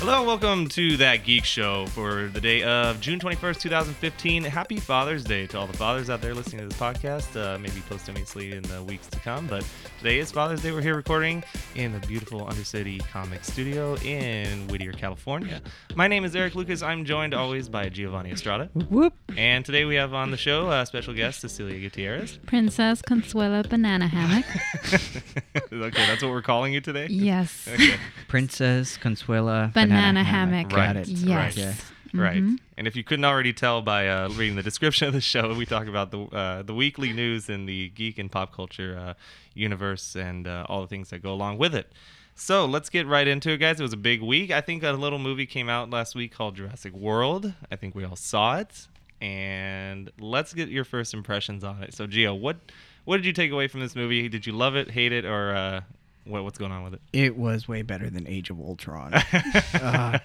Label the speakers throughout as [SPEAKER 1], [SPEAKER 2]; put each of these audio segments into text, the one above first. [SPEAKER 1] Hello, welcome to that Geek Show for the day of June 21st, 2015. Happy Father's Day to all the fathers out there listening to this podcast, uh, maybe posthumously in the weeks to come. But today is Father's Day. We're here recording in the beautiful Undercity Comic Studio in Whittier, California. My name is Eric Lucas. I'm joined always by Giovanni Estrada.
[SPEAKER 2] Whoop.
[SPEAKER 1] And today we have on the show uh, special guest Cecilia Gutierrez.
[SPEAKER 2] Princess Consuela Banana Hammock.
[SPEAKER 1] okay, that's what we're calling you today?
[SPEAKER 2] yes.
[SPEAKER 1] Okay.
[SPEAKER 3] Princess Consuela
[SPEAKER 2] Banana hammock.
[SPEAKER 3] Got
[SPEAKER 1] Right,
[SPEAKER 3] it.
[SPEAKER 2] Yes.
[SPEAKER 3] Yeah.
[SPEAKER 1] Right.
[SPEAKER 2] Mhm.
[SPEAKER 1] And if you couldn't already tell by uh, reading the description of the show, we talk about the uh, the weekly news in the geek and pop culture uh, universe and uh, all the things that go along with it. So let's get right into it, guys. It was a big week. I think a little movie came out last week called Jurassic World. I think we all saw it. And let's get your first impressions on it. So, Gio, what what did you take away from this movie? Did you love it, hate it, or uh, what, what's going on with it?
[SPEAKER 3] It was way better than Age of Ultron. oh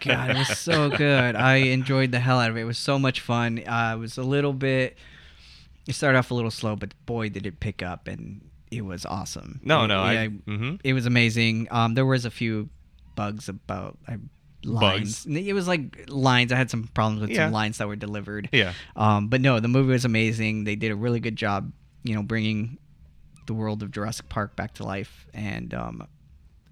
[SPEAKER 3] god, it was so good. I enjoyed the hell out of it. It was so much fun. Uh, it was a little bit. It started off a little slow, but boy, did it pick up, and it was awesome.
[SPEAKER 1] No,
[SPEAKER 3] It-
[SPEAKER 1] no, I-
[SPEAKER 3] it,
[SPEAKER 1] mhm.
[SPEAKER 3] it was amazing. Um, there was a few bugs about. I, Lines. It was like lines. I had some problems with
[SPEAKER 1] Yeah.
[SPEAKER 3] some lines that were delivered.
[SPEAKER 1] Yeah.
[SPEAKER 3] Um, but no, the movie was amazing. They did a really good job, you know, bringing the world of Jurassic Park back to life. And um,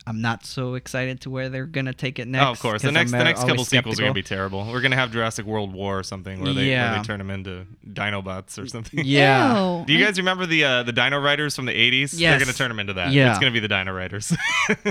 [SPEAKER 3] I'm not so excited to where they're gonna take it next.
[SPEAKER 1] oh, of course.
[SPEAKER 3] 'cause
[SPEAKER 1] The next,
[SPEAKER 3] I'm,
[SPEAKER 1] the
[SPEAKER 3] uh,
[SPEAKER 1] next couple
[SPEAKER 3] always
[SPEAKER 1] sequels are gonna be
[SPEAKER 3] skeptical.
[SPEAKER 1] terrible. We're gonna have Jurassic World War or something where they, where
[SPEAKER 3] Yeah.
[SPEAKER 1] they turn them into Dinobots or something.
[SPEAKER 3] Yeah.
[SPEAKER 2] Ew.
[SPEAKER 1] Do you guys remember the uh, the Dino Riders from the '80s? They're
[SPEAKER 3] Yes.
[SPEAKER 1] gonna turn them into that.
[SPEAKER 3] Yeah.
[SPEAKER 1] It's gonna be the Dino Riders.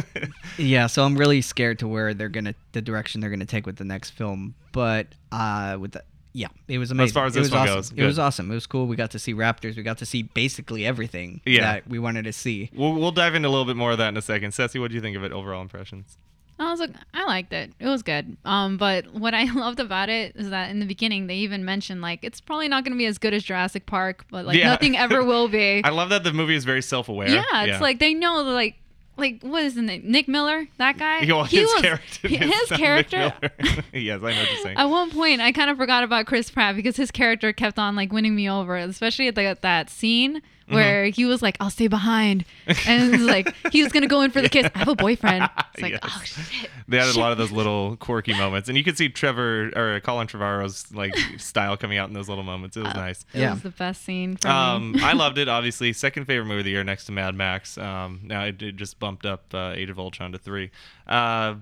[SPEAKER 3] Yeah, so I'm really scared to where they're gonna the direction they're gonna take with the next film. But uh, with the yeah, it was amazing.
[SPEAKER 1] far as
[SPEAKER 3] it
[SPEAKER 1] this
[SPEAKER 3] was
[SPEAKER 1] one
[SPEAKER 3] awesome.
[SPEAKER 1] goes,
[SPEAKER 3] it was
[SPEAKER 1] good.
[SPEAKER 3] awesome. It was cool. We got to see raptors. We got to see basically everything
[SPEAKER 1] Yeah.
[SPEAKER 3] that we wanted to see.
[SPEAKER 1] we'll, we'll dive into a little bit more of that in a second. Ceci, what do you think of it? Overall impressions?
[SPEAKER 2] I was like, I liked it. It was good. Um, but what I loved about it is that in the beginning they even mentioned like it's probably not going to be as good as Jurassic Park, but like
[SPEAKER 1] Yeah.
[SPEAKER 2] nothing ever will be.
[SPEAKER 1] I love that the movie is very self-aware.
[SPEAKER 2] yeah, it's like they know like like what is his name? Nick Miller, that guy.
[SPEAKER 1] Well, his character.
[SPEAKER 2] he-
[SPEAKER 1] is not
[SPEAKER 2] his
[SPEAKER 1] Nick
[SPEAKER 2] character
[SPEAKER 1] Miller. yes, I know what you're saying.
[SPEAKER 2] At one point, I kind of forgot about Chris Pratt because his character kept on like winning me over, especially at, the, at that scene
[SPEAKER 1] Mm-hmm.
[SPEAKER 2] where he was like, "I'll stay behind," and it's like he was gonna go in for the kiss. I have a boyfriend. It's like,
[SPEAKER 1] Yes.
[SPEAKER 2] oh shit.
[SPEAKER 1] They added a lot of those little quirky moments, and you could see Trevor or Colin Trevorrow's like style coming out in those little moments. It was
[SPEAKER 3] Uh,
[SPEAKER 1] nice.
[SPEAKER 2] It
[SPEAKER 3] Yeah.
[SPEAKER 2] was the best scene. For
[SPEAKER 1] Um,
[SPEAKER 2] me.
[SPEAKER 1] I loved it. Obviously, second favorite movie of the year next to Mad Max. Um, now it, it just bumped up uh, Age of Ultron to three. Uh,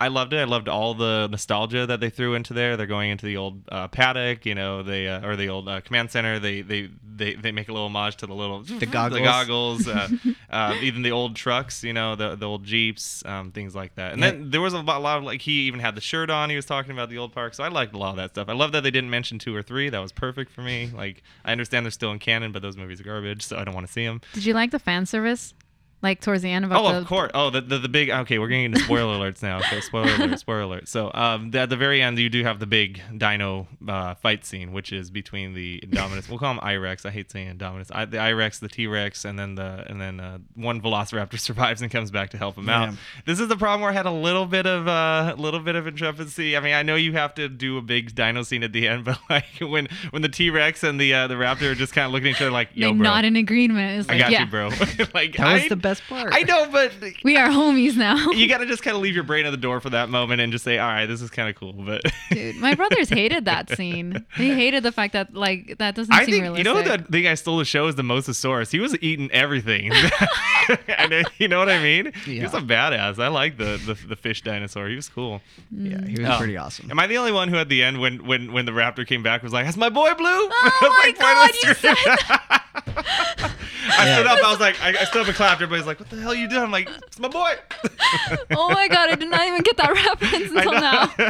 [SPEAKER 1] I loved it. I loved all the nostalgia that they threw into there. They're going into the old uh, paddock, you know, they uh, or the old uh, command center. They, they they they make a little homage to the little the
[SPEAKER 3] goggles.
[SPEAKER 1] goggles, uh, uh, even the old trucks, you know, the the old jeeps, um, things like that. And
[SPEAKER 3] Yeah.
[SPEAKER 1] then there was a lot, lot of like he even had the shirt on. He was talking about the old park, so I liked a lot of that stuff. I love that they didn't mention two or three. That was perfect for me. Like I understand they're still in canon, but those movies are garbage, so I don't want to see them.
[SPEAKER 2] Did you like the fan service? Like towards the end about
[SPEAKER 1] Oh,
[SPEAKER 2] the
[SPEAKER 1] of course. Oh, the, the the big. Okay, we're getting into spoiler alerts now. Okay, spoiler alert. Spoiler alert. So, um, at the very end, you do have the big Dino uh, fight scene, which is between the Indominus. we'll call him Irex. I hate saying Indominus. I, the Irex, the T Rex, and then the and then uh, one Velociraptor survives and comes back to help him out.
[SPEAKER 3] Yeah.
[SPEAKER 1] This is the problem where I had a little bit of uh, a little bit of intrepidancy. I mean, I know you have to do a big Dino scene at the end, but like when when the T Rex and the uh, the Raptor are just kind of looking at each other like, yo,
[SPEAKER 2] like
[SPEAKER 1] bro.
[SPEAKER 2] not in agreement. It's
[SPEAKER 1] I
[SPEAKER 2] like,
[SPEAKER 1] got
[SPEAKER 2] yeah,
[SPEAKER 1] you, bro. like
[SPEAKER 3] That was
[SPEAKER 1] I-
[SPEAKER 3] the best part.
[SPEAKER 1] I know, but
[SPEAKER 2] We are homies now.
[SPEAKER 1] you got to just kind of leave your brain at the door for that moment and just say, "All right, this is kind of cool." But
[SPEAKER 2] Dude, my brothers hated that scene. They hated the fact that like that doesn't
[SPEAKER 1] I
[SPEAKER 2] seem
[SPEAKER 1] think you
[SPEAKER 2] realistic.
[SPEAKER 1] know the thing I stole the show is the Mosasaurus. He was eating everything. and uh, you know what I mean? He was a
[SPEAKER 3] Yeah.
[SPEAKER 1] badass. I like the, the the fish dinosaur. He was cool.
[SPEAKER 3] Yeah, he was
[SPEAKER 1] Oh.
[SPEAKER 3] pretty awesome.
[SPEAKER 1] Am I the only one who at the end when when when the raptor came back was like, "That's my boy Blue." I was
[SPEAKER 2] Oh my God,
[SPEAKER 1] finally
[SPEAKER 2] you
[SPEAKER 1] screwed. I
[SPEAKER 3] Yeah.
[SPEAKER 1] stood up. I was like, I, I stood up and clapped. Everybody's like, "What the hell you doing?" I'm like, "It's my boy."
[SPEAKER 2] oh my god, I did not even get that reference
[SPEAKER 1] I
[SPEAKER 2] until now.
[SPEAKER 1] know.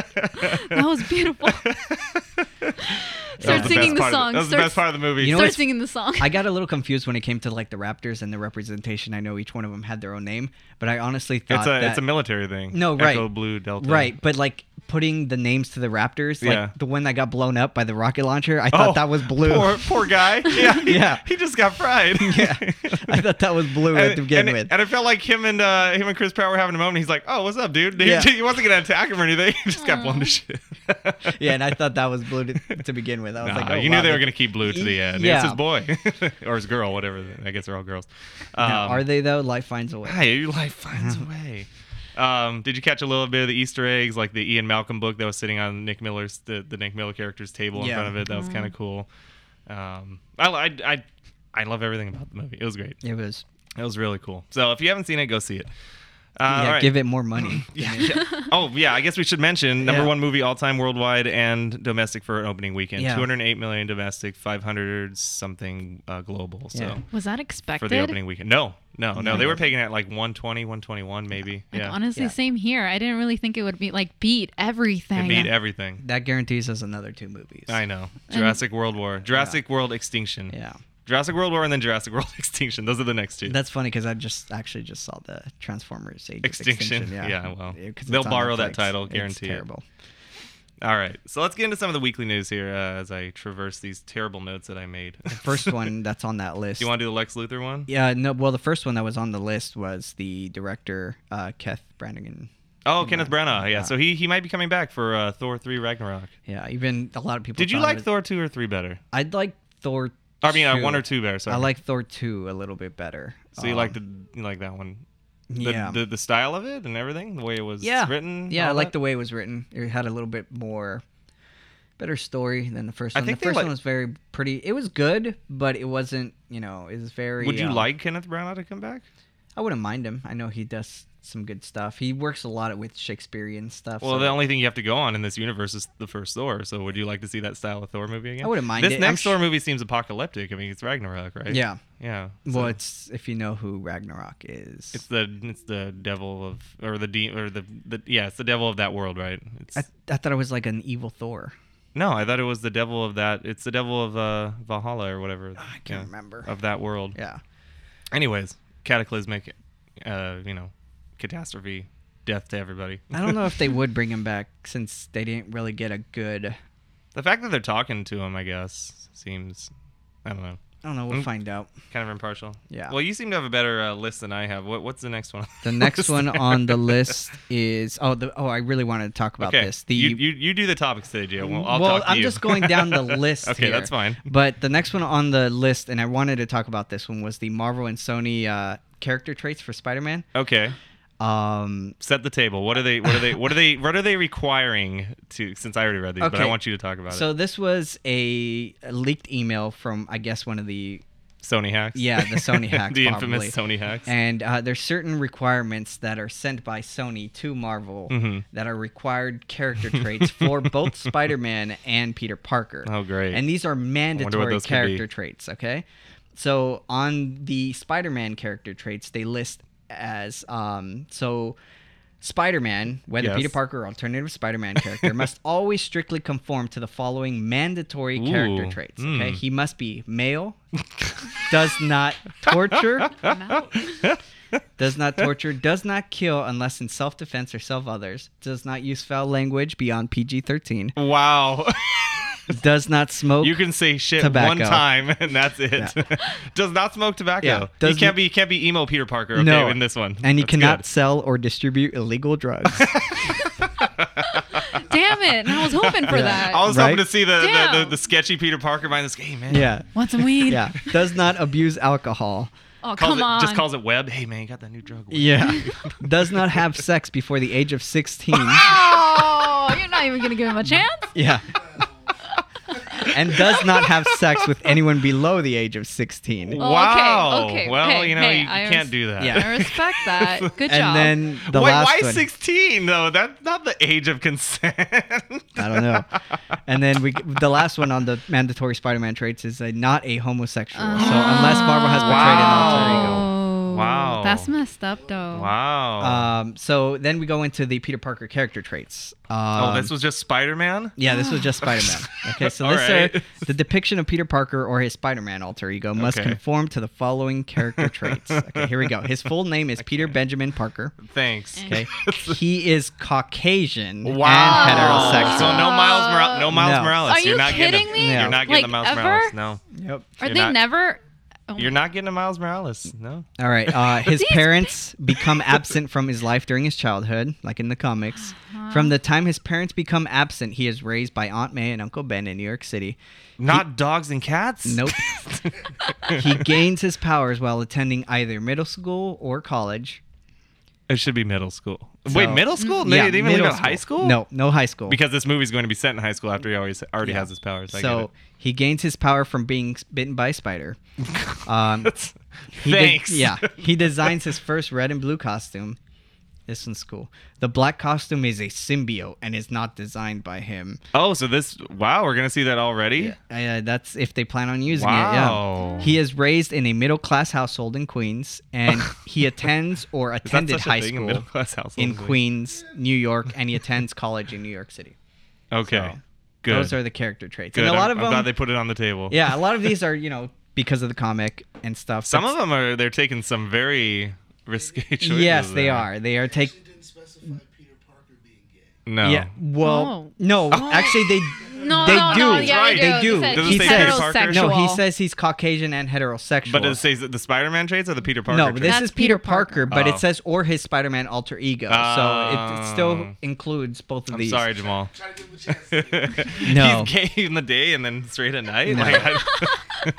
[SPEAKER 2] That was beautiful.
[SPEAKER 1] That was
[SPEAKER 2] Start
[SPEAKER 1] best
[SPEAKER 2] singing the
[SPEAKER 1] part of
[SPEAKER 2] song.
[SPEAKER 1] That was the
[SPEAKER 2] Start-
[SPEAKER 1] best part of the movie.
[SPEAKER 3] You know
[SPEAKER 2] Start
[SPEAKER 3] what's-
[SPEAKER 2] singing the song.
[SPEAKER 3] I got a little confused when it came to like the Raptors and the representation. I know each one of them had their own name, but I honestly thought
[SPEAKER 1] it's a
[SPEAKER 3] that
[SPEAKER 1] it's a military thing.
[SPEAKER 3] No, right.
[SPEAKER 1] Echo Blue Delta.
[SPEAKER 3] right, but like putting the names to the Raptors, like
[SPEAKER 1] Yeah.
[SPEAKER 3] the one that got blown up by the rocket launcher, I
[SPEAKER 1] Oh,
[SPEAKER 3] thought that was blue.
[SPEAKER 1] Poor poor guy. Yeah. he-
[SPEAKER 3] Yeah.
[SPEAKER 1] He just got fried.
[SPEAKER 3] yeah, I thought that was blue at the beginning
[SPEAKER 1] and,
[SPEAKER 3] with.
[SPEAKER 1] and it felt like him and uh, him and Chris Pratt were having a moment. He's like, "Oh, what's up, dude?" He,
[SPEAKER 3] Yeah.
[SPEAKER 1] he wasn't gonna attack him or anything. He just got
[SPEAKER 2] Aw.
[SPEAKER 1] blown to shit.
[SPEAKER 3] yeah, and I thought that was blue to, to begin with. I was
[SPEAKER 1] Nah,
[SPEAKER 3] like, oh,
[SPEAKER 1] you
[SPEAKER 3] wow,
[SPEAKER 1] knew they
[SPEAKER 3] that- E,
[SPEAKER 1] were gonna keep Blue to the end.
[SPEAKER 3] Yeah.
[SPEAKER 1] It's his boy or his girl, whatever. I guess they're all girls. Um,
[SPEAKER 3] Now, are they Uh-huh. though? Life finds a way.
[SPEAKER 1] Hey, life finds a way. Um, did you catch a little bit of the Easter eggs, like the Ian Malcolm book that was sitting on Nick Miller's the, the Nick Miller character's table in
[SPEAKER 3] Yeah.
[SPEAKER 1] front of it? That was kind of cool. Um, I, I I I love everything about the movie. It was great.
[SPEAKER 3] It was.
[SPEAKER 1] It was really cool. So if you haven't seen it, go see it. Uh,
[SPEAKER 3] yeah,
[SPEAKER 1] all right.
[SPEAKER 3] give it more money.
[SPEAKER 1] Yeah, yeah. Oh yeah, I guess we should mention number
[SPEAKER 3] Yeah.
[SPEAKER 1] one movie all time worldwide and domestic for an opening weekend.
[SPEAKER 3] Yeah.
[SPEAKER 1] 208 million domestic, 500 something uh, global. So
[SPEAKER 3] Yeah.
[SPEAKER 2] Was that
[SPEAKER 1] for
[SPEAKER 2] expected?
[SPEAKER 1] the opening weekend, no, no, no, they
[SPEAKER 3] No.
[SPEAKER 1] were pegging at like 120, 121 maybe.
[SPEAKER 2] Like,
[SPEAKER 1] yeah,
[SPEAKER 2] Honestly,
[SPEAKER 3] Yeah.
[SPEAKER 2] same here. I didn't really think it would be like beat everything.
[SPEAKER 1] it beat everything.
[SPEAKER 3] That guarantees us another two movies.
[SPEAKER 1] I know. Jurassic World War, Jurassic World Extinction,
[SPEAKER 3] Yeah.
[SPEAKER 1] Jurassic World War, and then Jurassic World Extinction. Those are the next two.
[SPEAKER 3] That's funny because I just actually just saw the Transformers Age of
[SPEAKER 1] Extinction.
[SPEAKER 3] Extinction.
[SPEAKER 1] Yeah, well,
[SPEAKER 3] 'cause
[SPEAKER 1] they'll
[SPEAKER 3] it's on
[SPEAKER 1] borrow that
[SPEAKER 3] Netflix.
[SPEAKER 1] title, guarantee
[SPEAKER 3] It's
[SPEAKER 1] it.
[SPEAKER 3] terrible.
[SPEAKER 1] All right, so let's get into some of the weekly news here uh, as I traverse these terrible notes that I made.
[SPEAKER 3] First one that's on that list.
[SPEAKER 1] Do you want to do the Lex Luthor one?
[SPEAKER 3] Yeah, no. Well, the first one that was on the list was the director uh, Keth Brannigan.
[SPEAKER 1] Oh, Kenneth Branagh. Yeah,
[SPEAKER 3] Yeah.
[SPEAKER 1] so he he might be coming back for uh, Thor three Ragnarok.
[SPEAKER 3] Yeah, even a lot of people.
[SPEAKER 1] Did you
[SPEAKER 3] thought it
[SPEAKER 1] like
[SPEAKER 3] was-
[SPEAKER 1] Thor two or three better?
[SPEAKER 3] I'd like Thor.
[SPEAKER 1] I mean, uh,
[SPEAKER 3] two.
[SPEAKER 1] one or two better. Sorry.
[SPEAKER 3] I like Thor two a little bit better.
[SPEAKER 1] So you
[SPEAKER 3] Um,
[SPEAKER 1] like the you like that one? The,
[SPEAKER 3] yeah.
[SPEAKER 1] The, the style of it and everything, the way it was
[SPEAKER 3] yeah.
[SPEAKER 1] written.
[SPEAKER 3] Yeah, I
[SPEAKER 1] all
[SPEAKER 3] like
[SPEAKER 1] that?
[SPEAKER 3] the way it was written. It had a little bit more better story than the first
[SPEAKER 1] I
[SPEAKER 3] one.
[SPEAKER 1] think
[SPEAKER 3] the
[SPEAKER 1] they
[SPEAKER 3] first
[SPEAKER 1] like-
[SPEAKER 3] one was very pretty. It was good, but it wasn't. You know, it was very.
[SPEAKER 1] Would you
[SPEAKER 3] um,
[SPEAKER 1] like Kenneth Branagh to come back?
[SPEAKER 3] I wouldn't mind him. I know he does some good stuff. He works a lot with Shakespearean stuff.
[SPEAKER 1] Well,
[SPEAKER 3] so
[SPEAKER 1] the only thing you have to go on in this universe is the first Thor. So would you like to see that style of Thor movie again?
[SPEAKER 3] I wouldn't mind
[SPEAKER 1] This
[SPEAKER 3] it. I'm
[SPEAKER 1] next
[SPEAKER 3] sh-
[SPEAKER 1] Thor movie seems apocalyptic. I mean, it's Ragnarok, right?
[SPEAKER 3] yeah.
[SPEAKER 1] Yeah.
[SPEAKER 3] Well,
[SPEAKER 1] so-
[SPEAKER 3] it's if you know who Ragnarok is.
[SPEAKER 1] It's the it's the devil of or the de- or the, the yeah it's the devil of that world right? It's,
[SPEAKER 3] I, I thought it was like an evil Thor.
[SPEAKER 1] no, I thought it was the devil of that. It's the devil of uh, Valhalla or whatever.
[SPEAKER 3] I can't
[SPEAKER 1] yeah, Oh.
[SPEAKER 3] remember.
[SPEAKER 1] of that world.
[SPEAKER 3] Yeah.
[SPEAKER 1] Anyways, cataclysmic, uh, you know, catastrophe, death to everybody.
[SPEAKER 3] I don't know if they would bring him back since they didn't really get a good. I
[SPEAKER 1] the fact that they're talking to him, I guess, seems I don't know,
[SPEAKER 3] don't know. We'll
[SPEAKER 1] Mm.
[SPEAKER 3] find out.
[SPEAKER 1] kind of impartial.
[SPEAKER 3] Yeah.
[SPEAKER 1] Well, you seem to have a better uh, list than I have. What what's the next one? on
[SPEAKER 3] The next
[SPEAKER 1] list
[SPEAKER 3] one on
[SPEAKER 1] there?
[SPEAKER 3] the list is oh the oh I really wanted to talk about
[SPEAKER 1] Okay.
[SPEAKER 3] this. The
[SPEAKER 1] you, you you do the topics today, Gio. Well, I'll
[SPEAKER 3] well,
[SPEAKER 1] talk to
[SPEAKER 3] I'm
[SPEAKER 1] you.
[SPEAKER 3] just going down the list.
[SPEAKER 1] okay,
[SPEAKER 3] here.
[SPEAKER 1] that's fine.
[SPEAKER 3] But the next one on the list, and I wanted to talk about this one, was the Marvel and Sony uh, character traits for Spider-Man.
[SPEAKER 1] Okay.
[SPEAKER 3] Um,
[SPEAKER 1] set the table. What are they? What are they? What are they? What are they requiring to? Since I already read these, but I
[SPEAKER 3] Okay.
[SPEAKER 1] want you to talk about
[SPEAKER 3] so
[SPEAKER 1] it.
[SPEAKER 3] this was a a leaked email from I guess one of the
[SPEAKER 1] Sony hacks.
[SPEAKER 3] yeah, the Sony hacks,
[SPEAKER 1] the infamous
[SPEAKER 3] probably.
[SPEAKER 1] Sony hacks.
[SPEAKER 3] and uh, there's certain requirements that are sent by Sony to Marvel
[SPEAKER 1] Mhm.
[SPEAKER 3] that are required character traits for both Spider-Man and Peter Parker.
[SPEAKER 1] oh, great.
[SPEAKER 3] And these are mandatory
[SPEAKER 1] those could be.
[SPEAKER 3] character traits, okay? So on the Spider Man character traits, they list as um, so Spider Man, whether
[SPEAKER 1] Yes.
[SPEAKER 3] Peter Parker or alternative Spider Man character, must always strictly conform to the following mandatory character
[SPEAKER 1] Ooh,
[SPEAKER 3] traits, okay?
[SPEAKER 1] mm.
[SPEAKER 3] He must be male, does not torture, does not torture, does not kill unless in self defense or self others, does not use foul language beyond PG 13,
[SPEAKER 1] wow.
[SPEAKER 3] does not smoke.
[SPEAKER 1] You can say shit
[SPEAKER 3] Tobacco.
[SPEAKER 1] one time and that's it. Does not smoke tobacco.
[SPEAKER 3] Yeah,
[SPEAKER 1] You
[SPEAKER 3] does
[SPEAKER 1] can't
[SPEAKER 3] n-
[SPEAKER 1] be you can't be emo Peter Parker okay,
[SPEAKER 3] No,
[SPEAKER 1] in this one.
[SPEAKER 3] and he
[SPEAKER 1] That's
[SPEAKER 3] cannot
[SPEAKER 1] good.
[SPEAKER 3] sell or distribute illegal drugs.
[SPEAKER 2] Damn it! And I was hoping for
[SPEAKER 3] Yeah.
[SPEAKER 2] that.
[SPEAKER 1] I was
[SPEAKER 3] Right?
[SPEAKER 1] hoping to see the the, the
[SPEAKER 2] Damn.
[SPEAKER 1] the sketchy Peter Parker behind this game, man.
[SPEAKER 3] yeah,
[SPEAKER 2] Want some weed?
[SPEAKER 3] yeah. Does not abuse alcohol.
[SPEAKER 2] Oh
[SPEAKER 1] Calls
[SPEAKER 2] come
[SPEAKER 1] it,
[SPEAKER 2] on!
[SPEAKER 1] Just calls it web. Hey man, you got that new drug. Webb.
[SPEAKER 3] Yeah. Does not have sex before the age of sixteen.
[SPEAKER 2] oh, you're not even gonna give him a chance.
[SPEAKER 3] yeah. And does not have sex with anyone below the age of sixteen.
[SPEAKER 2] Oh, okay,
[SPEAKER 1] Wow.
[SPEAKER 2] okay.
[SPEAKER 1] Well,
[SPEAKER 2] Hey,
[SPEAKER 1] you know,
[SPEAKER 2] hey,
[SPEAKER 1] you, you
[SPEAKER 2] I
[SPEAKER 1] can't
[SPEAKER 2] res-
[SPEAKER 1] do that.
[SPEAKER 3] Yeah.
[SPEAKER 2] I respect that. Good
[SPEAKER 3] and
[SPEAKER 2] job.
[SPEAKER 3] then the
[SPEAKER 1] why,
[SPEAKER 3] last
[SPEAKER 1] why
[SPEAKER 3] one.
[SPEAKER 1] 16 though? That's not the age of consent.
[SPEAKER 3] I don't know. And then we the last one on the mandatory Spider-Man traits is a, not a homosexual. so unless Marvel has betrayed an alter ego.
[SPEAKER 2] Oh,
[SPEAKER 1] Wow.
[SPEAKER 2] That's messed up,
[SPEAKER 3] Oh.
[SPEAKER 2] though.
[SPEAKER 1] wow.
[SPEAKER 3] Um, so then we go into the Peter Parker character traits. Um,
[SPEAKER 1] oh, this was just Spider-Man?
[SPEAKER 3] yeah, this was just Spider Man. Okay, so
[SPEAKER 1] All
[SPEAKER 3] this
[SPEAKER 1] right.
[SPEAKER 3] are the depiction of Peter Parker or his Spider Man alter ego must
[SPEAKER 1] Okay.
[SPEAKER 3] conform to the following character traits. Okay, here we go. His full name is Peter Benjamin Parker.
[SPEAKER 1] Thanks.
[SPEAKER 3] Okay, he is Caucasian
[SPEAKER 1] Wow.
[SPEAKER 3] and heterosexual.
[SPEAKER 1] So no Miles Morales. No Miles
[SPEAKER 3] No.
[SPEAKER 1] Morales.
[SPEAKER 2] Are
[SPEAKER 1] you're
[SPEAKER 2] you
[SPEAKER 1] not getting
[SPEAKER 2] kidding
[SPEAKER 1] a,
[SPEAKER 2] me?
[SPEAKER 1] You're
[SPEAKER 3] No.
[SPEAKER 1] not getting a
[SPEAKER 2] Like,
[SPEAKER 1] Miles
[SPEAKER 2] ever?
[SPEAKER 1] Morales. No.
[SPEAKER 3] Yep.
[SPEAKER 2] Are
[SPEAKER 1] You're
[SPEAKER 2] they
[SPEAKER 1] not-
[SPEAKER 2] never? Oh,
[SPEAKER 1] You're not getting a Miles Morales. No.
[SPEAKER 3] All right. Uh, his
[SPEAKER 2] These
[SPEAKER 3] parents become absent from his life during his childhood, like in the comics.
[SPEAKER 1] Uh-huh.
[SPEAKER 3] From the time his parents become absent, he is raised by Aunt May and Uncle Ben in New York City.
[SPEAKER 1] Not dogs and cats?
[SPEAKER 3] Nope. he gains his powers while attending either middle school or college.
[SPEAKER 1] It should be middle school.
[SPEAKER 3] So- Mm-hmm.
[SPEAKER 1] Wait, middle school? They
[SPEAKER 3] Yeah,
[SPEAKER 1] didn't even leave
[SPEAKER 3] middle
[SPEAKER 1] out high school?
[SPEAKER 3] No, no high school.
[SPEAKER 1] Because this movie's going to be set in high school after he always already
[SPEAKER 3] Yeah.
[SPEAKER 1] has his powers. I
[SPEAKER 3] so he gains his power from being s- bitten by a spider.
[SPEAKER 1] get it.
[SPEAKER 3] Um, He de-
[SPEAKER 1] Thanks.
[SPEAKER 3] yeah, he designs his first red and blue costume. This one's cool. The black costume is a symbiote and is not designed by him.
[SPEAKER 1] Oh, so this wow, we're gonna see that already?
[SPEAKER 3] Uh, that's if they plan on using it.
[SPEAKER 1] Wow.
[SPEAKER 3] Yeah. He is raised in a middle class household in Queens, and he attends or
[SPEAKER 1] Is that
[SPEAKER 3] attended
[SPEAKER 1] such a
[SPEAKER 3] high
[SPEAKER 1] thing, a
[SPEAKER 3] school
[SPEAKER 1] middle class household?
[SPEAKER 3] in
[SPEAKER 1] Like-
[SPEAKER 3] Queens, New York, and he attends college in New York City.
[SPEAKER 1] Okay.
[SPEAKER 3] So,
[SPEAKER 1] good.
[SPEAKER 3] Those are the character traits,
[SPEAKER 1] good.
[SPEAKER 3] and a lot
[SPEAKER 1] I'm,
[SPEAKER 3] of
[SPEAKER 1] I'm glad
[SPEAKER 3] them.
[SPEAKER 1] they put it on the table.
[SPEAKER 3] yeah, a lot of these are you know because of the comic and stuff.
[SPEAKER 1] Some
[SPEAKER 3] but-
[SPEAKER 1] of them are they're taking some very risky choices.
[SPEAKER 3] Yes, they
[SPEAKER 1] there.
[SPEAKER 3] are. They are take.
[SPEAKER 4] She didn't specify Peter Parker being gay.
[SPEAKER 1] No.
[SPEAKER 3] Yeah. Well, no.
[SPEAKER 2] No.
[SPEAKER 1] Oh.
[SPEAKER 3] Actually, they
[SPEAKER 2] No,
[SPEAKER 3] they
[SPEAKER 2] no,
[SPEAKER 3] do.
[SPEAKER 2] no, yeah,
[SPEAKER 1] Right.
[SPEAKER 2] they
[SPEAKER 3] They
[SPEAKER 2] do.
[SPEAKER 3] do.
[SPEAKER 2] It
[SPEAKER 3] Does it say
[SPEAKER 2] says he's
[SPEAKER 3] Peter
[SPEAKER 1] Parker?
[SPEAKER 2] heterosexual.
[SPEAKER 1] No,
[SPEAKER 3] no. He says he's Caucasian and heterosexual.
[SPEAKER 1] But does it say the Spider-Man traits or the Peter Parker?
[SPEAKER 3] no, but this
[SPEAKER 1] traits?
[SPEAKER 2] That's
[SPEAKER 3] is Peter
[SPEAKER 2] Peter
[SPEAKER 3] Parker,
[SPEAKER 2] Parker.
[SPEAKER 3] but
[SPEAKER 1] Oh.
[SPEAKER 3] it says or his Spider-Man alter ego, so it, it
[SPEAKER 1] Oh.
[SPEAKER 3] still includes both of
[SPEAKER 1] I'm
[SPEAKER 3] these.
[SPEAKER 1] sorry, Jamal.
[SPEAKER 4] Try to give him a chance.
[SPEAKER 3] No.
[SPEAKER 1] He's gay in the day and then straight at night.
[SPEAKER 3] No.
[SPEAKER 1] Like, I,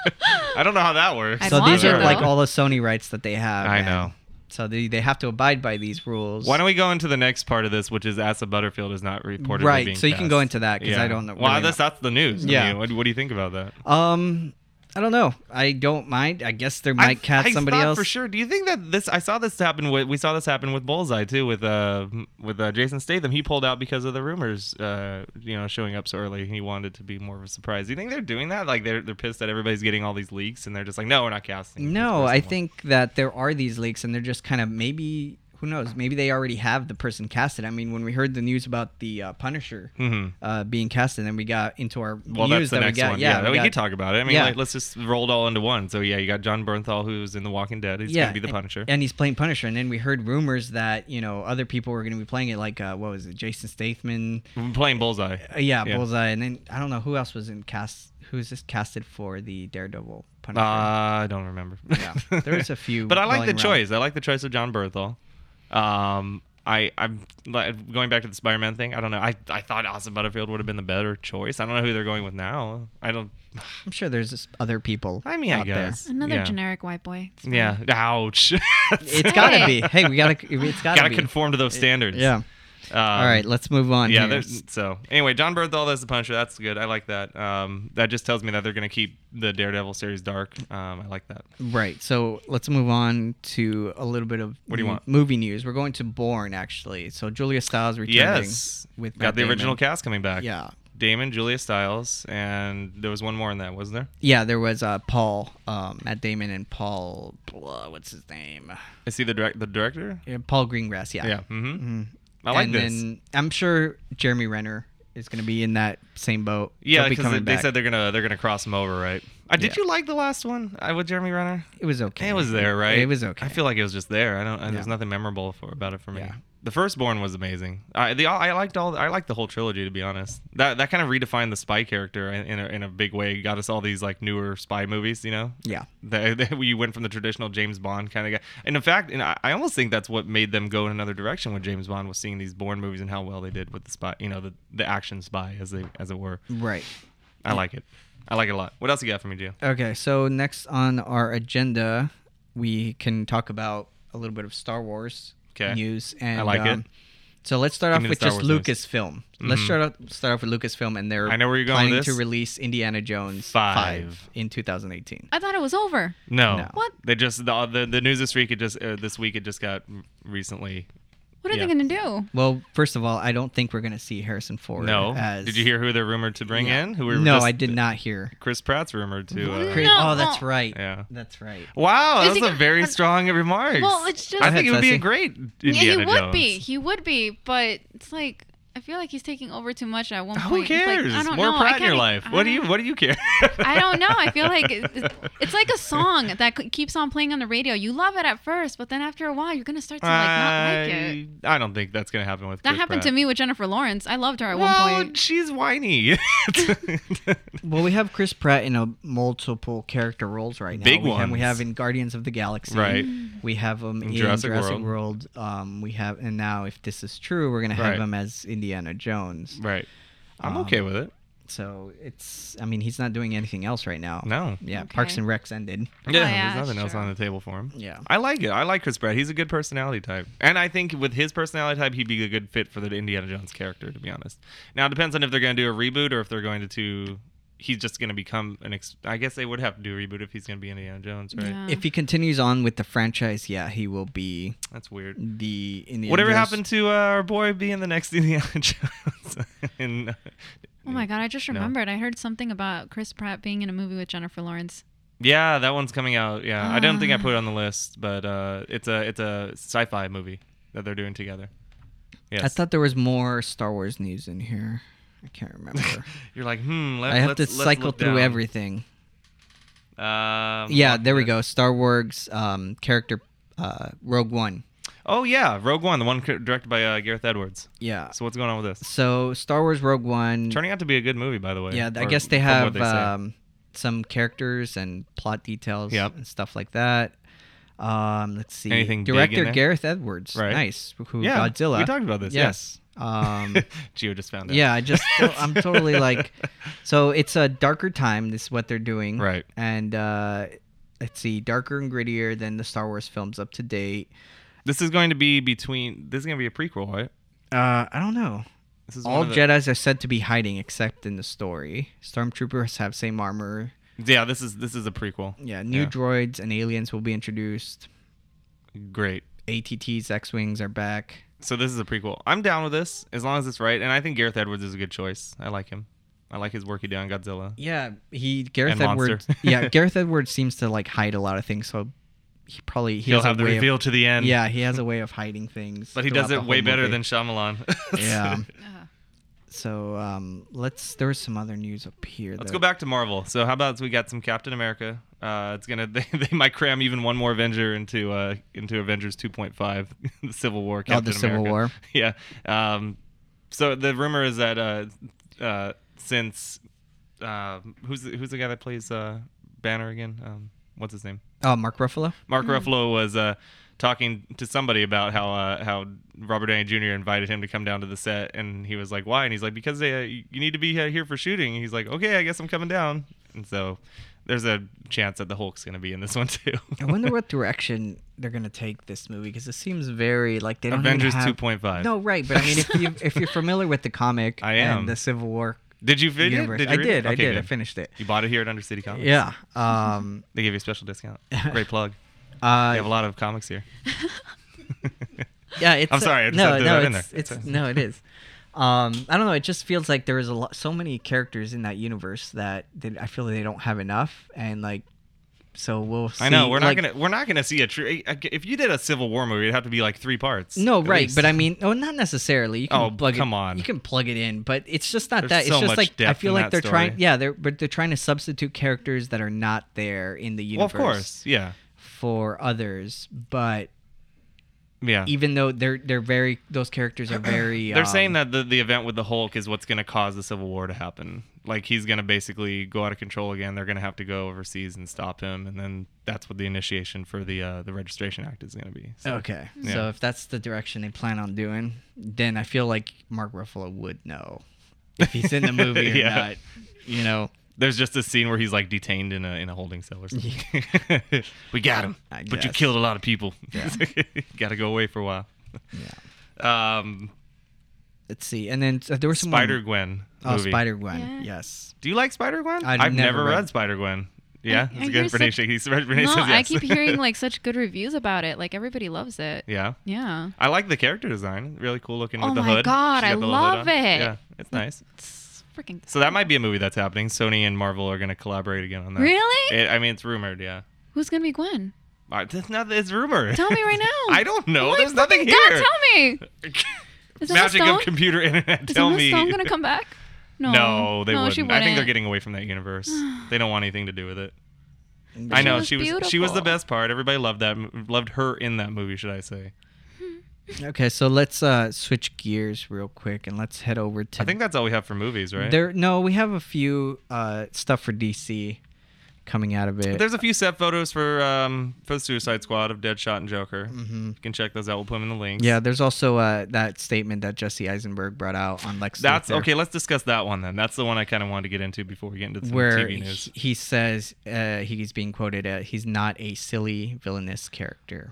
[SPEAKER 1] I don't know how that works.
[SPEAKER 2] I'd
[SPEAKER 3] So
[SPEAKER 2] want
[SPEAKER 3] these
[SPEAKER 2] it,
[SPEAKER 3] are like
[SPEAKER 2] though.
[SPEAKER 3] all the Sony rights that they have.
[SPEAKER 1] I
[SPEAKER 3] and
[SPEAKER 1] know.
[SPEAKER 3] So they, they have to abide by these rules.
[SPEAKER 1] Why don't we go into the next part of this, which is Asa Butterfield is not reported
[SPEAKER 3] Right,
[SPEAKER 1] Being
[SPEAKER 3] so you can
[SPEAKER 1] cast.
[SPEAKER 3] go into that, 'cause I don't know-
[SPEAKER 1] Well,
[SPEAKER 3] really
[SPEAKER 1] that's that's the news. Yeah.
[SPEAKER 3] Yeah.
[SPEAKER 1] what, what do you think about that?
[SPEAKER 3] um, I don't know. I don't mind. I guess there might
[SPEAKER 1] I-
[SPEAKER 3] cast
[SPEAKER 1] I
[SPEAKER 3] somebody
[SPEAKER 1] thought
[SPEAKER 3] else.
[SPEAKER 1] for sure. Do you think that this? I saw this happen. With, we saw this happen with Bullseye too, with uh with uh, Jason Statham. He pulled out because of the rumors, uh, you know, showing up so early. He wanted to be more of a surprise. Do you think they're doing that? Like they're they're pissed that everybody's getting all these leaks, and they're just like, no, we're not casting. this
[SPEAKER 3] No, I
[SPEAKER 1] person."
[SPEAKER 3] think that there are these leaks, and they're just kind of maybe who knows? Maybe they already have the person casted. I mean, when we heard the news about the uh, Punisher
[SPEAKER 1] Mhm.
[SPEAKER 3] uh, being casted, then we got into our
[SPEAKER 1] Well, that's
[SPEAKER 3] news
[SPEAKER 1] the
[SPEAKER 3] that
[SPEAKER 1] next
[SPEAKER 3] we got.
[SPEAKER 1] one.
[SPEAKER 3] Yeah,
[SPEAKER 1] we,
[SPEAKER 3] got-
[SPEAKER 1] can talk about it. I mean,
[SPEAKER 3] Yeah.
[SPEAKER 1] like, let's just roll it all into one. So yeah, you got John Bernthal, who's in The Walking Dead. He's
[SPEAKER 3] yeah,
[SPEAKER 1] gonna be the
[SPEAKER 3] and-
[SPEAKER 1] Punisher.
[SPEAKER 3] and he's playing Punisher. And then we heard rumors that you know other people were going to be playing it, like uh, what was it, Jason Statham?
[SPEAKER 1] playing Bullseye.
[SPEAKER 3] Uh, yeah,
[SPEAKER 1] Yeah.
[SPEAKER 3] Bullseye. And then I don't know who else was in cast. Who's this casted for the Daredevil Punisher?
[SPEAKER 1] Uh, I don't remember.
[SPEAKER 3] Yeah, there's a few
[SPEAKER 1] but I like the
[SPEAKER 3] rolling around.
[SPEAKER 1] choice. I like the choice of John Berthel. Um, I I'm like, going back to the Spider-Man thing. I don't know. I I thought Austin Butterfield would have been the better choice. I don't know who they're going with now. I don't.
[SPEAKER 3] I'm sure there's just other people.
[SPEAKER 1] I mean, I
[SPEAKER 3] out there.
[SPEAKER 1] guess
[SPEAKER 2] Another
[SPEAKER 1] yeah.
[SPEAKER 2] generic white boy. It's fine.
[SPEAKER 1] Yeah. Ouch.
[SPEAKER 3] It's gotta be. Hey, we gotta. It's gotta,
[SPEAKER 1] gotta
[SPEAKER 3] be.
[SPEAKER 1] conform to those standards.
[SPEAKER 3] Yeah.
[SPEAKER 1] Um,
[SPEAKER 3] All right, let's move on.
[SPEAKER 1] Yeah,
[SPEAKER 3] here.
[SPEAKER 1] there's, so anyway, John Bernthal as the Punisher, that's good. I like that. Um, that just tells me that they're gonna keep the Daredevil series dark. Um, I like that.
[SPEAKER 3] right. So let's move on to a little bit of
[SPEAKER 1] What do you
[SPEAKER 3] new-
[SPEAKER 1] want?
[SPEAKER 3] movie news. We're going to Bourne actually. So Julia Stiles returning.
[SPEAKER 1] Yes,
[SPEAKER 3] with
[SPEAKER 1] got
[SPEAKER 3] Matt
[SPEAKER 1] the
[SPEAKER 3] Damon.
[SPEAKER 1] original cast coming back.
[SPEAKER 3] Yeah,
[SPEAKER 1] Damon, Julia Stiles, and there was one more in that, wasn't there?
[SPEAKER 3] yeah. There was uh, Paul, um, Matt Damon, and Paul. blah, what's his name?
[SPEAKER 1] Is he the direct the director?
[SPEAKER 3] Yeah, Paul Greengrass. Yeah. Mm-hmm.
[SPEAKER 1] Yeah. hmm I like
[SPEAKER 3] and
[SPEAKER 1] this.
[SPEAKER 3] Then I'm sure Jeremy Renner is going to be in that same boat.
[SPEAKER 1] yeah,
[SPEAKER 3] He'll be
[SPEAKER 1] because they
[SPEAKER 3] coming back.
[SPEAKER 1] said they're gonna they're gonna cross him over, right? Uh, did
[SPEAKER 3] Yeah.
[SPEAKER 1] you like the last one uh, with Jeremy Renner?
[SPEAKER 3] it was okay.
[SPEAKER 1] It was there, right?
[SPEAKER 3] It was okay.
[SPEAKER 1] I feel like it was just there. I don't. I, There's
[SPEAKER 3] Yeah.
[SPEAKER 1] nothing memorable for, about it for me.
[SPEAKER 3] Yeah.
[SPEAKER 1] The firstborn was amazing. I the I liked all. I liked the whole trilogy to be honest. That that kind of redefined the spy character in, in, a, in a big way. Got us all these like newer spy movies. You know.
[SPEAKER 3] yeah.
[SPEAKER 1] That that we went from the traditional James Bond kind of guy, and in fact, and I, I almost think that's what made them go in another direction with James Bond was seeing these Bourne movies and how well they did with the spy, you know, the, the action spy as they as it were.
[SPEAKER 3] Right.
[SPEAKER 1] I like it, I like it a lot. What else you got for me, Gio?
[SPEAKER 3] Okay, so next on our agenda, we can talk about a little bit of Star Wars
[SPEAKER 1] 'Kay.
[SPEAKER 3] news. And, um,
[SPEAKER 1] like it.
[SPEAKER 3] So let's start
[SPEAKER 1] Give me the
[SPEAKER 3] off with
[SPEAKER 1] Star
[SPEAKER 3] just
[SPEAKER 1] Wars news. Mm-hmm.
[SPEAKER 3] Lucasfilm. Let's start off, start off with Lucasfilm, and they're
[SPEAKER 1] I know where you're going with
[SPEAKER 3] planning to
[SPEAKER 1] this.
[SPEAKER 3] release Indiana Jones
[SPEAKER 1] Five.
[SPEAKER 3] in 2018.
[SPEAKER 2] I thought it was over.
[SPEAKER 1] No.
[SPEAKER 3] No.
[SPEAKER 2] What?
[SPEAKER 1] They just the the, the news this week. It just uh, this week. It just got recently.
[SPEAKER 2] What are
[SPEAKER 1] Yeah.
[SPEAKER 2] they gonna do?
[SPEAKER 3] Well, first of all, I don't think we're going to see Harrison Ford.
[SPEAKER 1] No.
[SPEAKER 3] as-
[SPEAKER 1] Did you hear who they're rumored to bring in? Who were
[SPEAKER 3] no,
[SPEAKER 1] just-
[SPEAKER 3] I did not hear.
[SPEAKER 1] Chris Pratt's rumored to. Uh,
[SPEAKER 2] Chris- No.
[SPEAKER 3] Oh, that's right.
[SPEAKER 1] Yeah.
[SPEAKER 3] That's right.
[SPEAKER 1] Wow, that
[SPEAKER 2] Is he
[SPEAKER 1] was a
[SPEAKER 2] gonna-
[SPEAKER 1] very
[SPEAKER 2] uh,
[SPEAKER 1] strong remark.
[SPEAKER 2] Well, it's just-
[SPEAKER 1] I think
[SPEAKER 3] Go
[SPEAKER 1] it would
[SPEAKER 3] ahead,
[SPEAKER 1] be a
[SPEAKER 3] Ceci.
[SPEAKER 1] great Indiana
[SPEAKER 2] yeah, he would
[SPEAKER 1] Jones.
[SPEAKER 2] be. He would be, but it's like I feel like he's taking over too much at one
[SPEAKER 1] Who
[SPEAKER 2] point. It's like,
[SPEAKER 1] cares?
[SPEAKER 2] I don't
[SPEAKER 1] More
[SPEAKER 2] know. I
[SPEAKER 1] pride in your
[SPEAKER 2] kinda-
[SPEAKER 1] life.
[SPEAKER 2] I
[SPEAKER 1] What do
[SPEAKER 2] don't-
[SPEAKER 1] you What do you care?
[SPEAKER 2] I don't know. I feel like it- it's like a song that c- keeps on playing on the radio. You love it at first, but then after a while, you're gonna start to like not like it.
[SPEAKER 1] I, I don't think that's gonna happen with.
[SPEAKER 2] That
[SPEAKER 1] Chris
[SPEAKER 2] happened
[SPEAKER 1] Pratt.
[SPEAKER 2] to me with Jennifer Lawrence. I loved her at
[SPEAKER 1] well,
[SPEAKER 2] one point.
[SPEAKER 1] she's whiny.
[SPEAKER 3] Well, we have Chris Pratt in a multiple character roles right now.
[SPEAKER 1] Big
[SPEAKER 3] we Have, we
[SPEAKER 1] ones.
[SPEAKER 3] have in Guardians of the Galaxy.
[SPEAKER 1] Right.
[SPEAKER 3] We have him in
[SPEAKER 1] Jurassic
[SPEAKER 3] Jurassic,
[SPEAKER 1] World.
[SPEAKER 3] World. Um, we have, and now if this is true, we're gonna have
[SPEAKER 1] Right.
[SPEAKER 3] him as Indiana Jones.
[SPEAKER 1] right. I'm
[SPEAKER 3] Um,
[SPEAKER 1] okay with it.
[SPEAKER 3] So it's, I mean, he's not doing anything else right now.
[SPEAKER 1] No.
[SPEAKER 3] Yeah, Parks
[SPEAKER 2] Okay.
[SPEAKER 3] and Rec's ended.
[SPEAKER 1] Yeah,
[SPEAKER 2] Oh, yeah,
[SPEAKER 1] there's nothing else
[SPEAKER 2] sure.
[SPEAKER 1] on the table for him.
[SPEAKER 3] Yeah.
[SPEAKER 1] I like it. I like Chris Pratt. He's a good personality type. And I think with his personality type, he'd be a good fit for the Indiana Jones character, to be honest. Now, it depends on if they're going to do a reboot or if they're going to, do, he's just going to become an, ex- I guess they would have to do a reboot if he's going to be Indiana Jones, right?
[SPEAKER 2] Yeah.
[SPEAKER 3] If he continues on with the franchise, yeah, he will be
[SPEAKER 1] That's weird.
[SPEAKER 3] the in the.
[SPEAKER 1] Whatever happened to uh, our boy being the next Indiana Jones? uh, in,
[SPEAKER 2] Oh my god, I just
[SPEAKER 1] No.
[SPEAKER 2] remembered. I heard something about Chris Pratt being in a movie with Jennifer Lawrence.
[SPEAKER 1] Yeah, that one's coming out. Yeah, I don't think I
[SPEAKER 2] Ah.
[SPEAKER 1] put it on the list, but uh, it's a it's a sci-fi movie that they're doing together. Yes.
[SPEAKER 3] I thought there was more Star Wars news in here. I can't remember.
[SPEAKER 1] You're like, hmm. Let,
[SPEAKER 3] I have
[SPEAKER 1] let's,
[SPEAKER 3] to
[SPEAKER 1] let's
[SPEAKER 3] cycle
[SPEAKER 1] look
[SPEAKER 3] through
[SPEAKER 1] down.
[SPEAKER 3] everything.
[SPEAKER 1] Um,
[SPEAKER 3] yeah,
[SPEAKER 1] fuck
[SPEAKER 3] there we
[SPEAKER 1] it.
[SPEAKER 3] go. Star Wars um, character uh, Rogue One.
[SPEAKER 1] Oh yeah, Rogue One, the one cr- directed by uh, Gareth Edwards.
[SPEAKER 3] Yeah.
[SPEAKER 1] So what's going on with this?
[SPEAKER 3] So Star Wars Rogue One.
[SPEAKER 1] Turning out to be a good movie, by the way.
[SPEAKER 3] yeah, I
[SPEAKER 1] or
[SPEAKER 3] guess they
[SPEAKER 1] from what
[SPEAKER 3] have
[SPEAKER 1] say.
[SPEAKER 3] um, some characters and plot details
[SPEAKER 1] Yep.
[SPEAKER 3] and stuff like that. Um, let's see.
[SPEAKER 1] Anything big in
[SPEAKER 3] Director
[SPEAKER 1] there?
[SPEAKER 3] Gareth Edwards.
[SPEAKER 1] Right.
[SPEAKER 3] Nice. Who
[SPEAKER 1] yeah,
[SPEAKER 3] Godzilla.
[SPEAKER 1] We talked about this. Yes.
[SPEAKER 3] Yes. Um,
[SPEAKER 1] Geo just found out.
[SPEAKER 3] yeah, I just I'm totally like so it's a darker time this is what they're doing.
[SPEAKER 1] Right.
[SPEAKER 3] And uh let's see, darker and grittier than the Star Wars films up to date.
[SPEAKER 1] This is going to be between. This is going to be a prequel, right?
[SPEAKER 3] Uh I don't know.
[SPEAKER 1] This is
[SPEAKER 3] All
[SPEAKER 1] one of the-
[SPEAKER 3] Jedi's are said to be hiding except in the story. Stormtroopers have same armor.
[SPEAKER 1] Yeah, this is this is a prequel.
[SPEAKER 3] Yeah, new
[SPEAKER 1] Yeah.
[SPEAKER 3] droids and aliens will be introduced.
[SPEAKER 1] Great.
[SPEAKER 3] ATT's X-wings are back.
[SPEAKER 1] So this is a prequel. I'm down with this as long as it's right, and I think Gareth Edwards is a good choice. I like him. I like his work he did on Godzilla.
[SPEAKER 3] Yeah, he Gareth
[SPEAKER 1] And Monster.
[SPEAKER 3] Edwards. yeah, Gareth Edwards seems to like hide a lot of things, so he probably he
[SPEAKER 1] He'll
[SPEAKER 3] has a
[SPEAKER 1] have the
[SPEAKER 3] way of-
[SPEAKER 1] reveal to the end.
[SPEAKER 3] Yeah, he has a way of hiding things.
[SPEAKER 1] but he does
[SPEAKER 3] throughout the
[SPEAKER 1] it way
[SPEAKER 3] whole
[SPEAKER 1] better
[SPEAKER 3] movie.
[SPEAKER 1] than Shyamalan.
[SPEAKER 3] Yeah.
[SPEAKER 2] Ugh.
[SPEAKER 3] So um, let's. There was some other news up here.
[SPEAKER 1] Let's
[SPEAKER 3] though.
[SPEAKER 1] go back to Marvel. So how about we got some Captain America? Uh, it's gonna they, they might cram even one more Avenger into uh, into Avengers 2.5, the Civil War.
[SPEAKER 3] Oh,
[SPEAKER 1] Captain
[SPEAKER 3] the Civil
[SPEAKER 1] America.
[SPEAKER 3] War.
[SPEAKER 1] yeah. Um, so the rumor is that uh, uh, since uh, who's the, who's the guy that plays uh, Banner again? Um, what's his name?
[SPEAKER 3] Oh, Mark Ruffalo.
[SPEAKER 1] Mark Ruffalo was uh, talking to somebody about how uh, how Robert Downey Jr. invited him to come down to the set, and he was like, "Why?" And he's like, "Because they, uh, you you need to be uh, here for shooting." And he's like, "Okay, I guess I'm coming down." And so there's a chance that the Hulk's going to be in this one too.
[SPEAKER 3] I wonder what direction they're gonna take this movie because it seems very like they don't. even
[SPEAKER 1] Avengers
[SPEAKER 3] have-
[SPEAKER 1] 2.5.
[SPEAKER 3] No, right, but I mean, if you if you're familiar with the comic,
[SPEAKER 1] I am.
[SPEAKER 3] and the Civil War
[SPEAKER 1] Did you finish
[SPEAKER 3] universe,
[SPEAKER 1] it?
[SPEAKER 3] I
[SPEAKER 1] you read it?
[SPEAKER 3] did, I
[SPEAKER 1] Okay,
[SPEAKER 3] did, I
[SPEAKER 1] good.
[SPEAKER 3] finished it.
[SPEAKER 1] You bought it here at Undercity Comics.
[SPEAKER 3] Yeah. Um.
[SPEAKER 1] They gave you a special discount. Great plug. We have a
[SPEAKER 3] Uh.
[SPEAKER 1] lot of comics here.
[SPEAKER 3] Yeah. It's.
[SPEAKER 1] I'm sorry, I
[SPEAKER 3] uh,
[SPEAKER 1] just had to
[SPEAKER 3] no, no,
[SPEAKER 1] throw that in
[SPEAKER 3] it's,
[SPEAKER 1] there.
[SPEAKER 3] it's no, it is. Um, I don't know. It just feels like there is a lot, so many characters in that universe that they, I feel they don't have enough, and like, so we'll. See,
[SPEAKER 1] I know we're not
[SPEAKER 3] like-
[SPEAKER 1] gonna we're not gonna see a true. If you did a Civil War movie, it'd have to be like three parts.
[SPEAKER 3] No,
[SPEAKER 1] at
[SPEAKER 3] right,
[SPEAKER 1] least.
[SPEAKER 3] but I mean, oh, not necessarily. You can
[SPEAKER 1] Oh,
[SPEAKER 3] plug
[SPEAKER 1] come
[SPEAKER 3] it,
[SPEAKER 1] on.
[SPEAKER 3] You can plug it in, but it's just not
[SPEAKER 1] There's
[SPEAKER 3] that. It's
[SPEAKER 1] so
[SPEAKER 3] just
[SPEAKER 1] much
[SPEAKER 3] like I
[SPEAKER 1] depth
[SPEAKER 3] feel
[SPEAKER 1] in
[SPEAKER 3] like
[SPEAKER 1] that
[SPEAKER 3] they're
[SPEAKER 1] story.
[SPEAKER 3] trying. Yeah, they're but they're trying to substitute characters that are not there in the
[SPEAKER 1] well,
[SPEAKER 3] universe.
[SPEAKER 1] of course, yeah,
[SPEAKER 3] For others, but
[SPEAKER 1] yeah.
[SPEAKER 3] even though they're they're very those characters are very.
[SPEAKER 1] They're saying
[SPEAKER 3] um,
[SPEAKER 1] that the, the event with the Hulk is what's going to cause the Civil War to happen. Like he's going to basically go out of control again. They're going to have to go overseas and stop him, and then that's what the initiation for the uh, the Registration Act is going to be. So,
[SPEAKER 3] Okay,
[SPEAKER 1] Yeah.
[SPEAKER 3] so if that's the direction they plan on doing, then I feel like Mark Ruffalo would know if he's in the movie or
[SPEAKER 1] Yeah.
[SPEAKER 3] not. You know,
[SPEAKER 1] There's just a scene where he's like detained in a in a holding cell or something. we got him,
[SPEAKER 3] I
[SPEAKER 1] but you
[SPEAKER 3] guess.
[SPEAKER 1] killed a lot of people.
[SPEAKER 3] Yeah.
[SPEAKER 1] got to go away for a while.
[SPEAKER 3] Yeah.
[SPEAKER 1] Um,
[SPEAKER 3] let's see. And then uh, there was some
[SPEAKER 1] Spider Gwen.
[SPEAKER 3] Oh, Spider Gwen.
[SPEAKER 2] Yeah.
[SPEAKER 3] Yes.
[SPEAKER 1] Do you like Spider Gwen?
[SPEAKER 3] I've never
[SPEAKER 1] read,
[SPEAKER 3] read-
[SPEAKER 1] Spider Gwen. Yeah,
[SPEAKER 2] I
[SPEAKER 1] it's a good
[SPEAKER 2] hear such-
[SPEAKER 1] Renee shakes- Renee
[SPEAKER 2] No,
[SPEAKER 1] says
[SPEAKER 2] I
[SPEAKER 1] yes.
[SPEAKER 2] keep hearing like such good reviews about it. Like everybody loves it.
[SPEAKER 1] yeah.
[SPEAKER 2] Yeah.
[SPEAKER 1] I like the character design. Really cool looking with
[SPEAKER 2] Oh
[SPEAKER 1] the
[SPEAKER 2] my
[SPEAKER 1] hood.
[SPEAKER 2] God,
[SPEAKER 1] She's got
[SPEAKER 2] I
[SPEAKER 1] the little
[SPEAKER 2] love
[SPEAKER 1] hood on.
[SPEAKER 2] it.
[SPEAKER 1] Yeah, it's nice.
[SPEAKER 2] It's freaking
[SPEAKER 1] So that might be a movie that's happening. Sony and Marvel are going to collaborate again on that.
[SPEAKER 2] Really?
[SPEAKER 1] It- I mean, it's rumored. Yeah.
[SPEAKER 2] Who's gonna be Gwen?
[SPEAKER 1] Uh, It's not. It's rumored.
[SPEAKER 2] Tell me right now.
[SPEAKER 1] I don't know.
[SPEAKER 2] Oh my
[SPEAKER 1] There's nothing
[SPEAKER 2] fucking
[SPEAKER 1] here.
[SPEAKER 2] God, tell me. Is Emma
[SPEAKER 1] Magic of
[SPEAKER 2] Stone-
[SPEAKER 1] computer internet.
[SPEAKER 2] Is
[SPEAKER 1] tell
[SPEAKER 2] Emma
[SPEAKER 1] me.
[SPEAKER 2] Stone gonna come back? No.
[SPEAKER 1] No, they
[SPEAKER 2] no,
[SPEAKER 1] wouldn't.
[SPEAKER 2] She
[SPEAKER 1] I think they're
[SPEAKER 2] wouldn't.
[SPEAKER 1] getting away from that universe. they don't want anything to do with it.
[SPEAKER 3] But
[SPEAKER 1] I
[SPEAKER 2] she
[SPEAKER 1] know
[SPEAKER 2] was
[SPEAKER 1] she was she was the
[SPEAKER 2] beautiful.
[SPEAKER 1] best part. Everybody loved that m- loved her in that movie, should I say.
[SPEAKER 3] Okay, so let's uh, switch gears real quick and let's head over to.
[SPEAKER 1] I think that's all we have for movies, right?
[SPEAKER 3] there. No, we have a few uh, stuff for DC. coming out of it.
[SPEAKER 1] There's a few set photos for um for the Suicide Squad of Deadshot and Joker. You can check those out. We'll put them in the links.
[SPEAKER 3] Mm-hmm. yeah, there's also uh, that statement that Jesse Eisenberg brought out on Lex.
[SPEAKER 1] That's
[SPEAKER 3] Luthor,
[SPEAKER 1] okay. Let's discuss that one then. That's the one I kind of wanted to get into before we get into some
[SPEAKER 3] Where
[SPEAKER 1] TV news.
[SPEAKER 3] he- he says uh, he's being quoted as he's not a silly villainous character.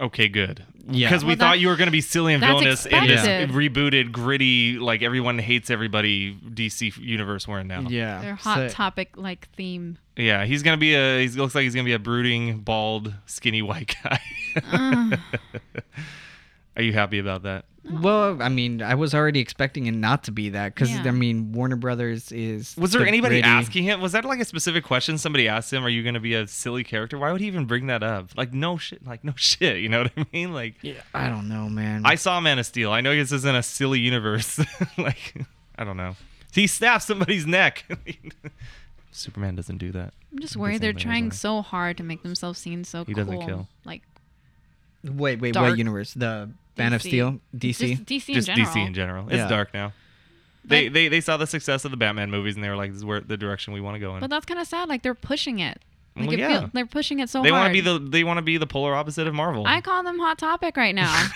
[SPEAKER 1] Okay, good.
[SPEAKER 3] Yeah.
[SPEAKER 1] because we
[SPEAKER 2] Well,
[SPEAKER 1] thought
[SPEAKER 2] that-
[SPEAKER 1] you were going to be silly and
[SPEAKER 2] that's
[SPEAKER 1] villainous in this
[SPEAKER 2] expected.
[SPEAKER 1] rebooted, gritty, like everyone hates everybody DC universe we're in now.
[SPEAKER 3] Yeah,
[SPEAKER 2] Their hot
[SPEAKER 3] so-
[SPEAKER 2] topic like theme.
[SPEAKER 1] Yeah, he's gonna be a. He looks like he's gonna be a brooding, bald, skinny white guy.
[SPEAKER 2] Uh.
[SPEAKER 1] Are you happy about that?
[SPEAKER 3] Well, I mean, I was already expecting it not to be that because
[SPEAKER 2] Yeah.
[SPEAKER 3] I mean, Warner Brothers is.
[SPEAKER 1] Was there
[SPEAKER 3] the
[SPEAKER 1] anybody
[SPEAKER 3] gritty-
[SPEAKER 1] asking him? Was that like a specific question somebody asked him? Are you gonna be a silly character? Why would he even bring that up? Like no shit. Like no shit. You know what I mean? Like
[SPEAKER 3] Yeah, I don't know, man.
[SPEAKER 1] I saw Man of Steel. I know this isn't a silly universe. like I don't know. He snaps somebody's neck. Superman doesn't do that.
[SPEAKER 2] I'm just
[SPEAKER 1] Doesn't
[SPEAKER 2] worried they're
[SPEAKER 1] matter,
[SPEAKER 2] trying
[SPEAKER 1] doesn't
[SPEAKER 2] so hard to make themselves seem so
[SPEAKER 1] He
[SPEAKER 2] cool.
[SPEAKER 1] doesn't kill.
[SPEAKER 2] Like
[SPEAKER 3] wait, wait,
[SPEAKER 2] Dark
[SPEAKER 3] what universe? The Man of
[SPEAKER 2] DC.
[SPEAKER 3] Steel, DC.
[SPEAKER 2] Just DC in
[SPEAKER 1] Just
[SPEAKER 2] general.
[SPEAKER 1] DC in general. It's
[SPEAKER 3] Yeah.
[SPEAKER 1] dark now. They,
[SPEAKER 2] But-
[SPEAKER 1] they they saw the success of the Batman movies and they were like, this is where the direction we want to go in.
[SPEAKER 2] But that's kind of sad. Like they're pushing it. Like
[SPEAKER 1] Well,
[SPEAKER 2] it
[SPEAKER 1] yeah.
[SPEAKER 2] feel- they're pushing it so
[SPEAKER 1] they want to
[SPEAKER 2] hard.
[SPEAKER 1] be the they want to be the polar opposite of Marvel.
[SPEAKER 2] I call them hot topic right now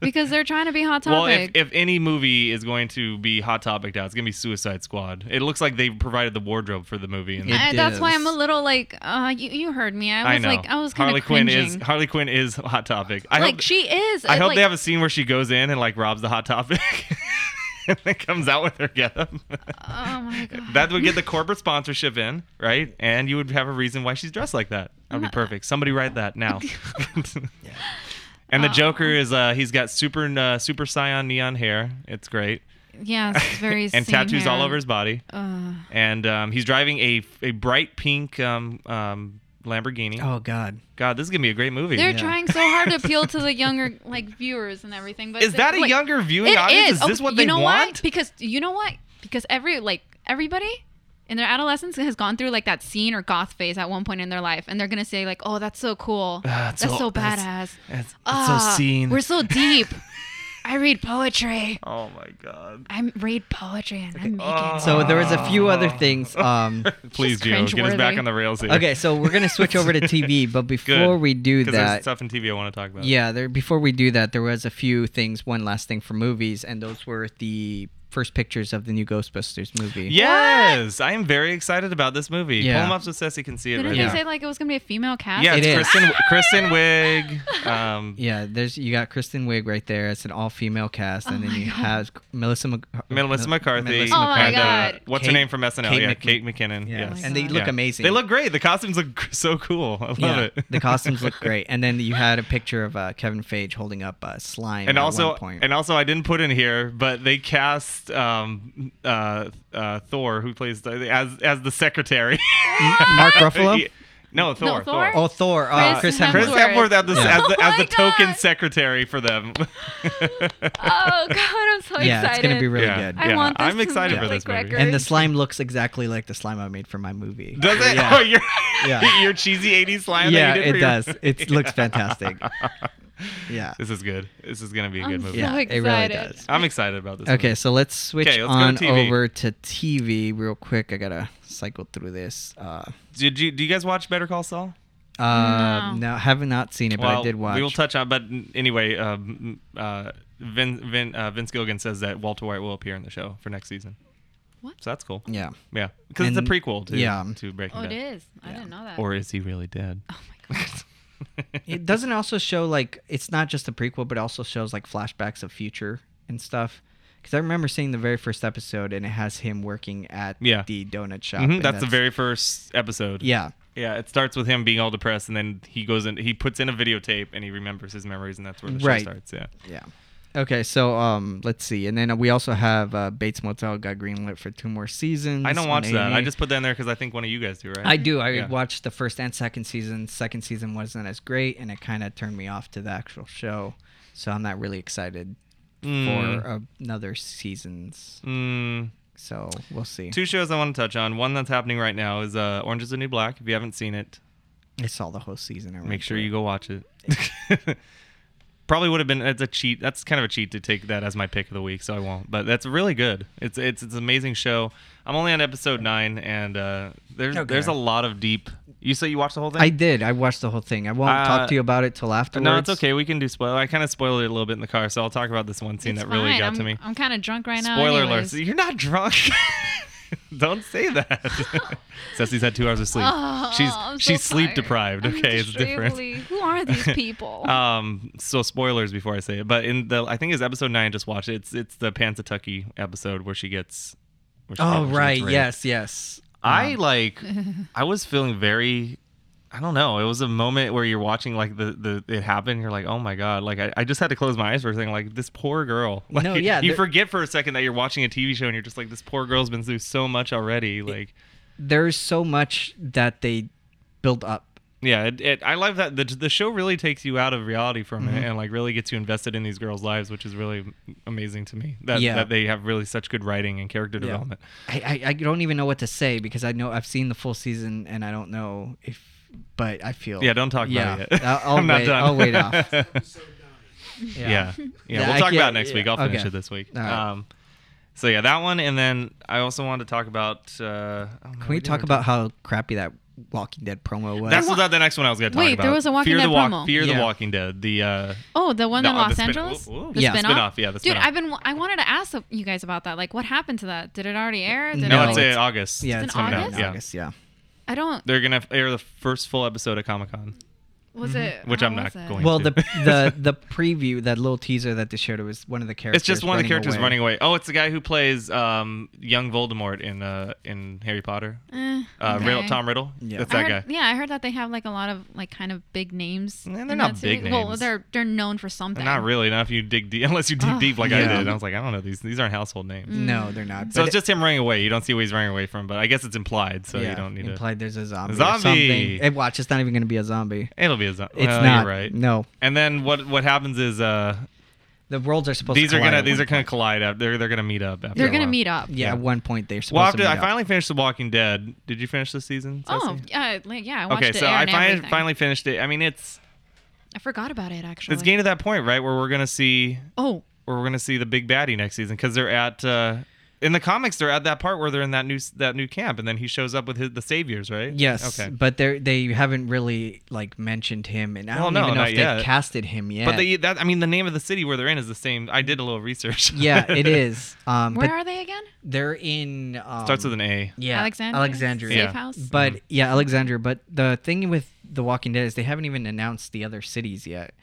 [SPEAKER 2] because they're trying to be hot topic.
[SPEAKER 1] well, if, if any movie is going to be hot topic now, it's gonna be Suicide Squad. It looks like they provided the wardrobe for the movie. And
[SPEAKER 3] It
[SPEAKER 2] I- that's why
[SPEAKER 3] is.
[SPEAKER 2] I'm a little like uh, you. You heard me. I
[SPEAKER 1] I
[SPEAKER 2] was
[SPEAKER 1] know.
[SPEAKER 2] like I was kind
[SPEAKER 1] Harley
[SPEAKER 2] of
[SPEAKER 1] Quinn
[SPEAKER 2] cringing.
[SPEAKER 1] is Harley Quinn is hot topic. I
[SPEAKER 2] like
[SPEAKER 1] hope
[SPEAKER 2] she is.
[SPEAKER 1] I
[SPEAKER 2] It,
[SPEAKER 1] hope
[SPEAKER 2] like,
[SPEAKER 1] they have a scene where she goes in and like robs the hot topic. And then comes out with her getup.
[SPEAKER 2] Oh my god.
[SPEAKER 1] that would get the corporate sponsorship in, right? And you would have a reason why she's dressed like that. That'd be
[SPEAKER 2] Uh,
[SPEAKER 1] perfect. Somebody write that now. and the Joker
[SPEAKER 2] um,
[SPEAKER 1] is uh he's got super uh, super cyan neon hair. It's great.
[SPEAKER 2] yeah, it's very.
[SPEAKER 1] and
[SPEAKER 2] same
[SPEAKER 1] tattoos all
[SPEAKER 2] here.
[SPEAKER 1] over his body.
[SPEAKER 2] Uh,
[SPEAKER 1] And um, he's driving a a bright pink um, um, Lamborghini.
[SPEAKER 3] Oh God,
[SPEAKER 1] God, this is gonna be a great movie.
[SPEAKER 2] they're
[SPEAKER 3] Yeah.
[SPEAKER 2] trying so hard to appeal to the younger like viewers and everything. But
[SPEAKER 1] Is
[SPEAKER 2] they-
[SPEAKER 1] that a
[SPEAKER 2] like,
[SPEAKER 1] younger viewing
[SPEAKER 2] It
[SPEAKER 1] audience? Is
[SPEAKER 2] Oh,
[SPEAKER 1] this what
[SPEAKER 2] you
[SPEAKER 1] they
[SPEAKER 2] know why?
[SPEAKER 1] want?
[SPEAKER 2] Because you know what? Because every like everybody in their adolescence has gone through like that scene or goth phase at one point in their life, and they're gonna say like, "Oh, that's so cool.
[SPEAKER 1] Ah, it's
[SPEAKER 2] that's so,
[SPEAKER 1] so-
[SPEAKER 2] badass.
[SPEAKER 1] that's- It's, it's
[SPEAKER 2] Ah,
[SPEAKER 1] so seen.
[SPEAKER 2] We're so deep. I read poetry.
[SPEAKER 1] oh my god.
[SPEAKER 2] I read poetry and I make
[SPEAKER 1] Oh.
[SPEAKER 2] it.
[SPEAKER 3] So there was a few other
[SPEAKER 2] Oh.
[SPEAKER 3] things. Um,
[SPEAKER 1] Please,
[SPEAKER 2] just
[SPEAKER 1] Gio, get us back
[SPEAKER 2] cringeworthy.
[SPEAKER 1] on the rails here.
[SPEAKER 3] okay, so we're gonna switch over to TV, but before we do
[SPEAKER 1] Because there's
[SPEAKER 3] that,
[SPEAKER 1] stuff in TV I want to talk about.
[SPEAKER 3] yeah, there. Before we do that, there was a few things. One last thing for movies, and those were the first pictures of the new Ghostbusters movie.
[SPEAKER 1] Yes, I am very excited about this movie.
[SPEAKER 3] Yeah.
[SPEAKER 1] Pull them up so Ceci can see it.
[SPEAKER 2] Didn't
[SPEAKER 1] right
[SPEAKER 2] they
[SPEAKER 1] now.
[SPEAKER 2] say like it was gonna be a female cast?
[SPEAKER 1] Yeah,
[SPEAKER 3] It
[SPEAKER 1] it's
[SPEAKER 3] is.
[SPEAKER 1] Kristen, Kristen Wiig. Um,
[SPEAKER 3] Yeah, there's you got Kristen Wiig right there. It's an all-female cast, and
[SPEAKER 2] Oh
[SPEAKER 3] then
[SPEAKER 2] my
[SPEAKER 3] you
[SPEAKER 2] God.
[SPEAKER 3] have Melissa, Mc-
[SPEAKER 1] Melissa
[SPEAKER 3] Mel-
[SPEAKER 1] McCarthy.
[SPEAKER 3] Melissa
[SPEAKER 2] Oh my
[SPEAKER 1] and,
[SPEAKER 3] McCarthy.
[SPEAKER 1] uh,
[SPEAKER 2] God. Oh
[SPEAKER 1] what's her
[SPEAKER 3] Kate-
[SPEAKER 1] name from SNL?
[SPEAKER 3] Kate
[SPEAKER 1] yeah,
[SPEAKER 3] Mc-
[SPEAKER 1] Kate McKinnon.
[SPEAKER 3] Yeah.
[SPEAKER 1] Yes.
[SPEAKER 2] my
[SPEAKER 3] and they
[SPEAKER 2] God.
[SPEAKER 3] look
[SPEAKER 1] Yeah.
[SPEAKER 3] amazing.
[SPEAKER 1] They look great. The costumes look gr- so cool. I love it.
[SPEAKER 3] the costumes look great. And then you had a picture of uh, Kevin Feige holding up uh, slime.
[SPEAKER 1] and
[SPEAKER 3] at
[SPEAKER 1] also
[SPEAKER 3] one point.
[SPEAKER 1] and also I didn't put in here, but they cast um, uh, uh, Thor, who plays the, as as the secretary.
[SPEAKER 3] Mark Ruffalo.
[SPEAKER 1] Yeah. No, Thor.
[SPEAKER 2] Thor?
[SPEAKER 3] Oh, Thor. Uh, Chris,
[SPEAKER 2] Chris
[SPEAKER 3] Hemsworth.
[SPEAKER 1] Chris
[SPEAKER 2] Hemsworth.
[SPEAKER 1] Hemsworth as the,
[SPEAKER 3] Yeah.
[SPEAKER 1] as the,
[SPEAKER 2] Oh
[SPEAKER 1] as
[SPEAKER 2] my
[SPEAKER 1] the token
[SPEAKER 2] God.
[SPEAKER 1] secretary for them.
[SPEAKER 2] Oh god, I'm so
[SPEAKER 3] Yeah,
[SPEAKER 2] excited.
[SPEAKER 3] it's gonna be really
[SPEAKER 1] Yeah.
[SPEAKER 3] good.
[SPEAKER 2] I
[SPEAKER 1] Yeah,
[SPEAKER 2] want this
[SPEAKER 1] I'm excited
[SPEAKER 2] to
[SPEAKER 1] for
[SPEAKER 2] be
[SPEAKER 1] this movie.
[SPEAKER 3] And the slime looks exactly like the slime I made for my movie.
[SPEAKER 1] Does it?
[SPEAKER 3] Yeah.
[SPEAKER 1] Oh, your,
[SPEAKER 3] Yeah.
[SPEAKER 1] your cheesy 80s slime?
[SPEAKER 3] yeah,
[SPEAKER 1] that you did for
[SPEAKER 3] it
[SPEAKER 1] your-
[SPEAKER 3] does. It looks fantastic. Yeah,
[SPEAKER 1] This is good. This is going to be a
[SPEAKER 2] I'm
[SPEAKER 1] good movie.
[SPEAKER 3] yeah,
[SPEAKER 2] so
[SPEAKER 3] it really
[SPEAKER 2] excited.
[SPEAKER 3] does.
[SPEAKER 1] I'm excited about this.
[SPEAKER 3] Okay, so let's switch
[SPEAKER 1] Okay, let's go to
[SPEAKER 3] on
[SPEAKER 1] TV.
[SPEAKER 3] over to TV real quick. I gotta cycle through this. Uh,
[SPEAKER 1] movie. Did you, do you guys watch Better Call Saul?
[SPEAKER 3] uh,
[SPEAKER 2] No.
[SPEAKER 3] no, haven't not seen it, but I did watch.
[SPEAKER 1] We will touch on, but anyway, um, uh, Vin, Vin, uh, Vince Gilligan says that Walter White will appear in the show for next season.
[SPEAKER 2] What?
[SPEAKER 1] So that's cool.
[SPEAKER 3] yeah.
[SPEAKER 1] Yeah, because it's a
[SPEAKER 3] And-
[SPEAKER 1] prequel to
[SPEAKER 3] yeah.
[SPEAKER 1] to Breaking
[SPEAKER 2] Oh, it
[SPEAKER 1] Bad.
[SPEAKER 2] is. I didn't know that.
[SPEAKER 1] Or is he really dead?
[SPEAKER 2] oh my god.
[SPEAKER 3] It doesn't also show like it's not just a prequel, but it also shows like flashbacks of future and stuff. Because I remember seeing the very first episode, and it has him working at
[SPEAKER 1] Yeah.
[SPEAKER 3] the donut shop.
[SPEAKER 1] Mhm,
[SPEAKER 3] and
[SPEAKER 1] that's the very first episode.
[SPEAKER 3] yeah.
[SPEAKER 1] yeah. It starts with him being all depressed, and then he goes in. He puts in a videotape, and he remembers his memories, and that's where the show
[SPEAKER 3] Right.
[SPEAKER 1] starts. Yeah.
[SPEAKER 3] Yeah. Okay, so um, let's see, and then we also have uh, Bates Motel got greenlit for two more seasons.
[SPEAKER 1] I don't
[SPEAKER 3] on
[SPEAKER 1] watch that. I
[SPEAKER 3] A&E.
[SPEAKER 1] just put that in there because I think one of you guys do, right?
[SPEAKER 3] I do. I
[SPEAKER 1] Yeah.
[SPEAKER 3] watched the first and second season. Second season wasn't as great, and it kind of turned me off to the actual show. So I'm not really excited
[SPEAKER 1] Mm.
[SPEAKER 3] for uh, another seasons.
[SPEAKER 1] Mm,
[SPEAKER 3] So we'll see.
[SPEAKER 1] two shows I want to touch on. One that's happening right now is uh, Orange Is the New Black. If you haven't seen it,
[SPEAKER 3] I saw the whole season. I
[SPEAKER 1] Make
[SPEAKER 3] went
[SPEAKER 1] sure
[SPEAKER 3] through
[SPEAKER 1] you
[SPEAKER 3] it.
[SPEAKER 1] go watch it. Probably would have been. It's a cheat. That's kind of a cheat to take that as my pick of the week, so I won't. But that's really good. It's it's it's an amazing show. I'm only on episode nine, and uh, there's
[SPEAKER 3] Okay.
[SPEAKER 1] there's a lot of deep. You say you watched the whole thing?
[SPEAKER 3] I did. I watched the whole thing. I won't
[SPEAKER 1] Uh,
[SPEAKER 3] talk to you about it till afterwards.
[SPEAKER 1] No, it's okay. We can do spoiler. I kind of spoiled it a little bit in the car, so I'll talk about this one scene
[SPEAKER 2] It's
[SPEAKER 1] that really
[SPEAKER 2] fine.
[SPEAKER 1] got
[SPEAKER 2] I'm,
[SPEAKER 1] to me.
[SPEAKER 2] I'm kind of drunk right now.
[SPEAKER 1] spoiler
[SPEAKER 2] anyways.
[SPEAKER 1] alert! You're not drunk. Don't say that. Ceci's had two hours of sleep.
[SPEAKER 2] Oh,
[SPEAKER 1] she's
[SPEAKER 2] I'm so
[SPEAKER 1] she's sleep
[SPEAKER 2] tired.
[SPEAKER 1] deprived.
[SPEAKER 2] I'm
[SPEAKER 1] Okay, it's different.
[SPEAKER 2] extremely- Who are these people?
[SPEAKER 1] Um, so spoilers before I say it, but in the I think it's episode nine. Just watch it. It's it's the Pansatucky episode where she gets. Where she where
[SPEAKER 3] Oh
[SPEAKER 1] she gets
[SPEAKER 3] right.
[SPEAKER 1] raped.
[SPEAKER 3] Yes. Yes.
[SPEAKER 1] I like. I was feeling very. I don't know. It was a moment where you're watching like the the it happened. You're like, oh my god! Like I, I just had to close my eyes for a second. Like this poor girl. Like,
[SPEAKER 3] No, yeah,
[SPEAKER 1] You
[SPEAKER 3] there-
[SPEAKER 1] forget for a second that you're watching a TV show and you're just like, this poor girl's been through so much already. Like
[SPEAKER 3] There's so much that they build up.
[SPEAKER 1] yeah, it, it, I love that the the show really takes you out of reality for a
[SPEAKER 3] Mm-hmm.
[SPEAKER 1] minute and like really gets you invested in these girls' lives, which is really amazing to me. That
[SPEAKER 3] Yeah.
[SPEAKER 1] that they have really such good writing and character development.
[SPEAKER 3] I, I I don't even know what to say because I know I've seen the full season and I don't know if. But I feel.
[SPEAKER 1] Yeah, don't talk
[SPEAKER 3] Yeah.
[SPEAKER 1] about it. Yet.
[SPEAKER 3] I'll- I'll
[SPEAKER 1] I'm
[SPEAKER 3] wait-
[SPEAKER 1] not done.
[SPEAKER 3] I'll wait off.
[SPEAKER 4] Episode nine.
[SPEAKER 1] Yeah. Yeah.
[SPEAKER 3] Yeah,
[SPEAKER 1] we'll
[SPEAKER 3] I
[SPEAKER 1] talk about it
[SPEAKER 3] can't-
[SPEAKER 1] next week.
[SPEAKER 3] yeah.
[SPEAKER 1] I'll finish
[SPEAKER 3] Okay.
[SPEAKER 1] it this week.
[SPEAKER 3] All right.
[SPEAKER 1] Um, so yeah, that one, and then I also wanted to talk about. Uh, oh, man,
[SPEAKER 3] Can we
[SPEAKER 1] didn't
[SPEAKER 3] talk
[SPEAKER 1] even-
[SPEAKER 3] about how crappy that Walking Dead promo was?
[SPEAKER 1] That's what the next one I was going to talk
[SPEAKER 2] Wait,
[SPEAKER 1] about.
[SPEAKER 2] there was a Walking
[SPEAKER 1] Fear
[SPEAKER 2] Dead
[SPEAKER 1] the Walk-
[SPEAKER 2] promo.
[SPEAKER 1] Fear
[SPEAKER 3] Yeah.
[SPEAKER 1] the Walking Dead. The uh,
[SPEAKER 2] oh, the one
[SPEAKER 1] No,
[SPEAKER 2] in
[SPEAKER 1] uh,
[SPEAKER 2] Los
[SPEAKER 1] the spin-
[SPEAKER 2] Angeles.
[SPEAKER 1] ooh, ooh.
[SPEAKER 2] The
[SPEAKER 3] Yeah.
[SPEAKER 2] spinoff.
[SPEAKER 1] Spinoff, yeah, the
[SPEAKER 2] Dude,
[SPEAKER 1] spinoff.
[SPEAKER 2] I've been. I wanted to ask you guys about that. Like, what happened to that? Did it already air? Did
[SPEAKER 1] no,
[SPEAKER 2] it,
[SPEAKER 3] No,
[SPEAKER 1] it's
[SPEAKER 2] like,
[SPEAKER 1] in August.
[SPEAKER 3] yeah,
[SPEAKER 2] It's
[SPEAKER 3] it's
[SPEAKER 2] in
[SPEAKER 3] coming out
[SPEAKER 2] August?
[SPEAKER 3] in
[SPEAKER 1] Yeah.
[SPEAKER 3] August. Yeah.
[SPEAKER 2] I don't.
[SPEAKER 1] They're gonna air the first full episode of Comic Con.
[SPEAKER 2] Was it?
[SPEAKER 1] mm-hmm, Which
[SPEAKER 2] how
[SPEAKER 1] I'm not
[SPEAKER 2] was it?
[SPEAKER 1] going-
[SPEAKER 3] Well,
[SPEAKER 1] too.
[SPEAKER 3] the the the preview, that little teaser that they showed, it was one of the characters.
[SPEAKER 1] It's just one of the characters
[SPEAKER 3] away.
[SPEAKER 1] running away. Oh, it's the guy who plays um, young Voldemort in uh, in Harry Potter.
[SPEAKER 2] Eh,
[SPEAKER 1] Uh,
[SPEAKER 2] okay.
[SPEAKER 1] Riddle, Tom Riddle.
[SPEAKER 3] Yeah.
[SPEAKER 1] That's
[SPEAKER 2] I
[SPEAKER 1] that
[SPEAKER 2] heard-
[SPEAKER 1] guy.
[SPEAKER 2] Yeah, I heard that they have like a lot of like kind of big names.
[SPEAKER 1] Nah, they're
[SPEAKER 2] in
[SPEAKER 1] not
[SPEAKER 2] that
[SPEAKER 1] big
[SPEAKER 2] series. Well,
[SPEAKER 1] names.
[SPEAKER 2] they're they're known for something.
[SPEAKER 1] Not really. Not if you dig deep, unless you dig
[SPEAKER 2] Ugh.
[SPEAKER 1] deep like I
[SPEAKER 3] Yeah.
[SPEAKER 1] did. And I was like, I don't know these. These aren't household names.
[SPEAKER 3] No, they're not.
[SPEAKER 1] Mm. So
[SPEAKER 3] But
[SPEAKER 1] it's just him running away. You don't see what he's running away from, but I guess it's implied, so you
[SPEAKER 3] yeah,
[SPEAKER 1] don't need to.
[SPEAKER 3] implied there's a zombie. or
[SPEAKER 1] Zombie!
[SPEAKER 3] something. Hey, watch, it's not even going to be a zombie.
[SPEAKER 1] It'll be a zombie.
[SPEAKER 3] It's not.
[SPEAKER 1] right.
[SPEAKER 3] No,
[SPEAKER 1] And then what what happens is uh
[SPEAKER 3] the worlds are supposed.
[SPEAKER 1] these
[SPEAKER 3] to
[SPEAKER 1] are gonna
[SPEAKER 3] collide at
[SPEAKER 1] these
[SPEAKER 3] one
[SPEAKER 1] are gonna collide up. They're they're gonna meet up. After
[SPEAKER 2] They're
[SPEAKER 1] a
[SPEAKER 2] gonna
[SPEAKER 1] while.
[SPEAKER 2] meet up.
[SPEAKER 3] point. Yeah,
[SPEAKER 1] yeah.
[SPEAKER 3] at one point they're supposed
[SPEAKER 1] Well, after
[SPEAKER 3] to.
[SPEAKER 1] I
[SPEAKER 3] meet up.
[SPEAKER 1] finally finished The Walking Dead. Did you finish this season?
[SPEAKER 2] Oh,
[SPEAKER 1] Ceci?
[SPEAKER 2] yeah, like, yeah. I watched
[SPEAKER 1] Okay,
[SPEAKER 2] it
[SPEAKER 1] so
[SPEAKER 2] air
[SPEAKER 1] I
[SPEAKER 2] and
[SPEAKER 1] finally
[SPEAKER 2] everything.
[SPEAKER 1] finally finished it. I mean, it's
[SPEAKER 2] I forgot about it actually.
[SPEAKER 1] it's getting to that point, right, where we're gonna see
[SPEAKER 2] oh,
[SPEAKER 1] where we're gonna see the big baddie next season because they're at uh, in the comics they're at that part where they're in that new s- that new camp and then he shows up with his, the saviors, right?
[SPEAKER 3] Yes,
[SPEAKER 1] Okay.
[SPEAKER 3] but they they haven't really like mentioned him, and I
[SPEAKER 1] Well,
[SPEAKER 3] don't
[SPEAKER 1] no,
[SPEAKER 3] even know
[SPEAKER 1] not
[SPEAKER 3] if
[SPEAKER 1] yet.
[SPEAKER 3] they've casted him yet.
[SPEAKER 1] But they that I mean the name of the city where they're in is the same. I did a little research.
[SPEAKER 3] yeah, it is. Um,
[SPEAKER 2] where
[SPEAKER 3] but
[SPEAKER 2] are they again?
[SPEAKER 3] they're in um,
[SPEAKER 1] Starts with an A.
[SPEAKER 3] yeah,
[SPEAKER 2] Alexandria?
[SPEAKER 3] Alexandria.
[SPEAKER 1] Yeah.
[SPEAKER 2] Safe house.
[SPEAKER 3] But yeah, Alexandria. But the thing with The Walking Dead is they haven't even announced the other cities yet,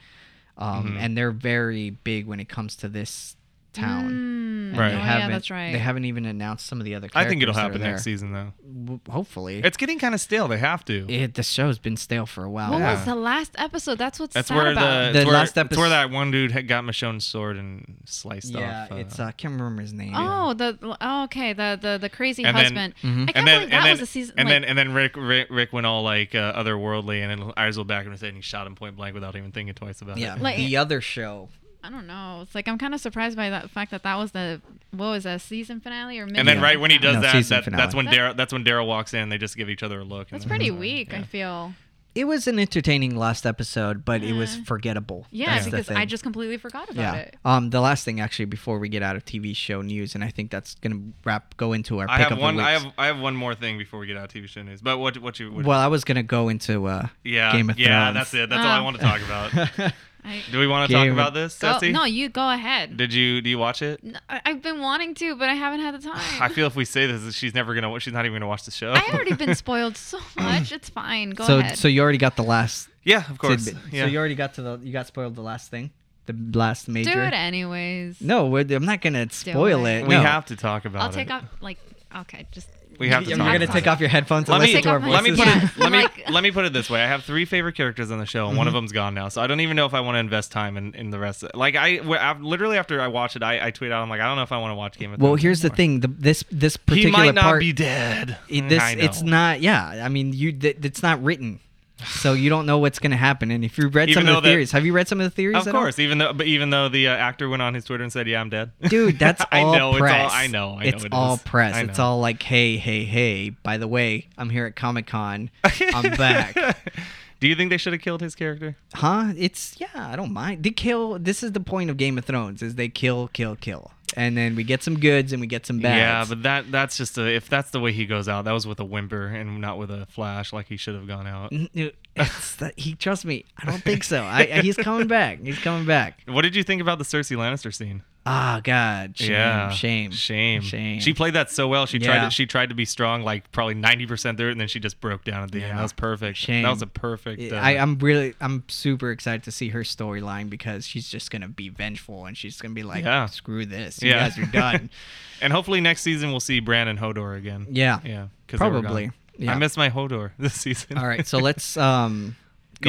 [SPEAKER 3] um,
[SPEAKER 1] Mm-hmm.
[SPEAKER 3] and they're very big when it comes to this town.
[SPEAKER 2] Mm,
[SPEAKER 3] And
[SPEAKER 1] Right.
[SPEAKER 3] they
[SPEAKER 2] Oh, yeah,
[SPEAKER 3] haven't-
[SPEAKER 2] that's right.
[SPEAKER 3] They haven't even announced some of the other.
[SPEAKER 1] I think it'll happen
[SPEAKER 3] characters that are
[SPEAKER 1] next
[SPEAKER 3] there.
[SPEAKER 1] season though.
[SPEAKER 3] W- Hopefully,
[SPEAKER 1] It's getting kind of stale. They have to.
[SPEAKER 3] it, the show's been stale for a while.
[SPEAKER 2] What
[SPEAKER 1] Yeah.
[SPEAKER 2] was the last episode? That's what's
[SPEAKER 1] That's
[SPEAKER 2] sad
[SPEAKER 1] where the,
[SPEAKER 2] about.
[SPEAKER 3] The
[SPEAKER 1] it's where,
[SPEAKER 3] last
[SPEAKER 1] it's where
[SPEAKER 3] epis-
[SPEAKER 1] that one dude had got Michonne's sword and sliced
[SPEAKER 3] Yeah,
[SPEAKER 1] off. uh,
[SPEAKER 3] it's uh, I can't remember his name.
[SPEAKER 2] Oh, the oh, okay, the the the crazy
[SPEAKER 1] And then-
[SPEAKER 2] husband.
[SPEAKER 3] Mhm.
[SPEAKER 2] I
[SPEAKER 1] and
[SPEAKER 2] can't
[SPEAKER 1] then
[SPEAKER 2] believe
[SPEAKER 1] and
[SPEAKER 2] that
[SPEAKER 1] then
[SPEAKER 2] was a season.
[SPEAKER 1] and
[SPEAKER 2] like,
[SPEAKER 1] then and then Rick Rick, Rick went all like uh, otherworldly and then eyes rolled back in his head and he shot him point blank without even thinking twice about
[SPEAKER 3] Yeah,
[SPEAKER 1] it.
[SPEAKER 2] Like-
[SPEAKER 3] the other show.
[SPEAKER 2] I don't know. It's like I'm kind of surprised by that fact that that was the what was that season finale or mid-
[SPEAKER 1] And then
[SPEAKER 3] Yeah.
[SPEAKER 1] right when he does
[SPEAKER 3] No,
[SPEAKER 1] that,
[SPEAKER 3] season
[SPEAKER 1] that that's when
[SPEAKER 3] finale.
[SPEAKER 1] Daryl that's when Daryl walks in. They just give each other a look. and
[SPEAKER 2] That's
[SPEAKER 1] then- uh,
[SPEAKER 2] pretty
[SPEAKER 3] Mm-hmm.
[SPEAKER 2] weak.
[SPEAKER 1] Yeah.
[SPEAKER 2] I feel.
[SPEAKER 3] It was an entertaining last episode, but it was
[SPEAKER 2] Yeah.
[SPEAKER 3] forgettable.
[SPEAKER 2] Eh. Yeah,
[SPEAKER 3] That's the
[SPEAKER 2] because I
[SPEAKER 3] thing.
[SPEAKER 2] just completely forgot about
[SPEAKER 3] yeah.
[SPEAKER 2] it.
[SPEAKER 3] Um, the last thing actually before we get out of TV show news, and I think that's gonna wrap go into our.
[SPEAKER 1] I
[SPEAKER 3] pick
[SPEAKER 1] have
[SPEAKER 3] of the
[SPEAKER 1] one. I
[SPEAKER 3] weeks.
[SPEAKER 1] have I have one more thing before we get out of TV show news. But what what you what,
[SPEAKER 3] Well, I was gonna go into uh,
[SPEAKER 1] yeah
[SPEAKER 3] Game of
[SPEAKER 1] yeah
[SPEAKER 3] Thrones.
[SPEAKER 1] that's it. That's all I
[SPEAKER 2] Oh.
[SPEAKER 1] want to talk about.
[SPEAKER 3] it.
[SPEAKER 2] I,
[SPEAKER 1] Do we want to talk
[SPEAKER 3] Game of-
[SPEAKER 1] about this,
[SPEAKER 2] go,
[SPEAKER 1] Ceci?
[SPEAKER 2] Oh, no, you go ahead.
[SPEAKER 1] Did you do you watch it?
[SPEAKER 2] N- I- I've been wanting to, but I haven't had the time.
[SPEAKER 1] I feel if we say this, she's never gonna. wa- She's not even gonna watch the show.
[SPEAKER 2] I already been spoiled so much. It's fine. Go
[SPEAKER 3] so,
[SPEAKER 2] ahead.
[SPEAKER 3] so you already got the last.
[SPEAKER 1] yeah, of course.
[SPEAKER 3] tidbit.
[SPEAKER 1] Yeah.
[SPEAKER 3] So you already got to the. You got spoiled the last thing, the last major.
[SPEAKER 2] do it anyways.
[SPEAKER 3] No, we're, I'm not gonna spoil
[SPEAKER 2] it.
[SPEAKER 3] it.
[SPEAKER 1] we
[SPEAKER 3] no.
[SPEAKER 1] have to talk about
[SPEAKER 2] I'll
[SPEAKER 1] it.
[SPEAKER 2] take off like okay, just
[SPEAKER 1] We have to
[SPEAKER 3] You're
[SPEAKER 1] talk
[SPEAKER 3] gonna
[SPEAKER 1] about
[SPEAKER 3] take
[SPEAKER 1] it.
[SPEAKER 3] off your headphones and
[SPEAKER 1] Let me
[SPEAKER 3] listen to our
[SPEAKER 2] off my-
[SPEAKER 1] let me
[SPEAKER 3] voices.
[SPEAKER 1] put it,
[SPEAKER 2] Yeah.
[SPEAKER 1] let me
[SPEAKER 2] Like-
[SPEAKER 1] let me put it this way. I have three favorite characters on the show, and
[SPEAKER 3] Mm-hmm.
[SPEAKER 1] one of them's gone now, so I don't even know if I want to invest time in, in the rest. Of, like I, wh- I've- literally after I watch it, I, I tweet out, I'm like, I don't know if I want to watch Game of Thrones.
[SPEAKER 3] Well, here's the
[SPEAKER 1] anymore.
[SPEAKER 3] thing: the, this this
[SPEAKER 1] He
[SPEAKER 3] particular
[SPEAKER 1] might not
[SPEAKER 3] part,
[SPEAKER 1] be dead.
[SPEAKER 3] it- this
[SPEAKER 1] Mm, I know.
[SPEAKER 3] it's not. Yeah, I mean, you th- it's not written, so you don't know what's gonna happen. And if you read
[SPEAKER 1] Even
[SPEAKER 3] some of
[SPEAKER 1] though
[SPEAKER 3] the
[SPEAKER 1] that-
[SPEAKER 3] theories, have you read some of the theories?
[SPEAKER 1] Of
[SPEAKER 3] at all?
[SPEAKER 1] course, even though but even though the uh, actor went on his Twitter and said, "Yeah, I'm dead."
[SPEAKER 3] dude. That's
[SPEAKER 1] I
[SPEAKER 3] all
[SPEAKER 1] know, it's all-
[SPEAKER 3] press.
[SPEAKER 1] I know, I know
[SPEAKER 3] it's
[SPEAKER 1] it
[SPEAKER 3] all
[SPEAKER 1] is.
[SPEAKER 3] press.
[SPEAKER 1] I
[SPEAKER 3] It's
[SPEAKER 1] know.
[SPEAKER 3] all like, hey, hey, hey. By the way, I'm here at Comic Con. I'm back.
[SPEAKER 1] Do you think they should have killed his character?
[SPEAKER 3] Huh? It's yeah, I don't mind. They kill this is the point of Game of Thrones is they kill, kill, kill. And then we get some goods and we get some
[SPEAKER 1] Yeah,
[SPEAKER 3] bads.
[SPEAKER 1] but that that's just a, if that's the way he goes out, that was with a whimper and not with a flash like he should have gone out.
[SPEAKER 3] N- n- it's that he trust me. I don't think so. I, I- he's coming back. He's coming back.
[SPEAKER 1] What did you think about the Cersei Lannister scene?
[SPEAKER 3] Ah, God, shame,
[SPEAKER 1] yeah,
[SPEAKER 3] shame,
[SPEAKER 1] shame,
[SPEAKER 3] shame.
[SPEAKER 1] She played that so well. She tried
[SPEAKER 3] Yeah.
[SPEAKER 1] to, she tried to be strong, like probably ninety percent there, and then she just broke down at the end.
[SPEAKER 3] Yeah.
[SPEAKER 1] That was perfect.
[SPEAKER 3] Shame.
[SPEAKER 1] That was a perfect. Uh,
[SPEAKER 3] I, I'm really, I'm super excited to see her storyline because she's just gonna be vengeful and she's gonna be like,
[SPEAKER 1] Yeah.
[SPEAKER 3] "Screw this, you
[SPEAKER 1] Yeah.
[SPEAKER 3] guys are done."
[SPEAKER 1] and hopefully next season we'll see Bran and Hodor again.
[SPEAKER 3] Yeah.
[SPEAKER 1] yeah, 'cause they were gone.
[SPEAKER 3] Probably. Yeah.
[SPEAKER 1] I miss my Hodor this season.
[SPEAKER 3] All right, so let's um. Go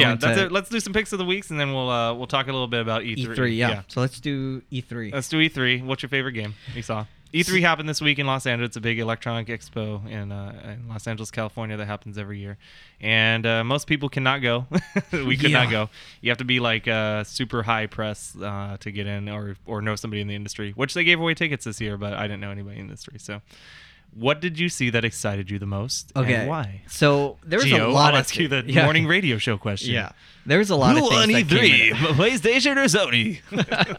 [SPEAKER 1] yeah,
[SPEAKER 3] into
[SPEAKER 1] that's it. Let's do some picks of the weeks, and then we'll uh, we'll talk a little bit about E3.
[SPEAKER 3] E3. E yeah. So let's do E E3.
[SPEAKER 1] Let's do E3. What's your favorite game you saw? E3 happened this week in Los Angeles. It's a big electronic expo in, uh, in Los Angeles, California that happens every year. And uh, most people cannot go. we could not
[SPEAKER 3] Yeah.
[SPEAKER 1] go. You have to be like uh, super high press uh, to get in or, or know somebody in the industry, which they gave away tickets this year, but I didn't know anybody in the industry. So, what did you see that excited you the most?
[SPEAKER 3] okay.
[SPEAKER 1] E And why?
[SPEAKER 3] So there's
[SPEAKER 1] Gio,
[SPEAKER 3] a lot
[SPEAKER 1] I'll
[SPEAKER 3] of
[SPEAKER 1] ask you the
[SPEAKER 3] thi- yeah.
[SPEAKER 1] morning radio show question.
[SPEAKER 3] Yeah. There's a lot of things that
[SPEAKER 1] E
[SPEAKER 3] came in.
[SPEAKER 1] PlayStation or Sony?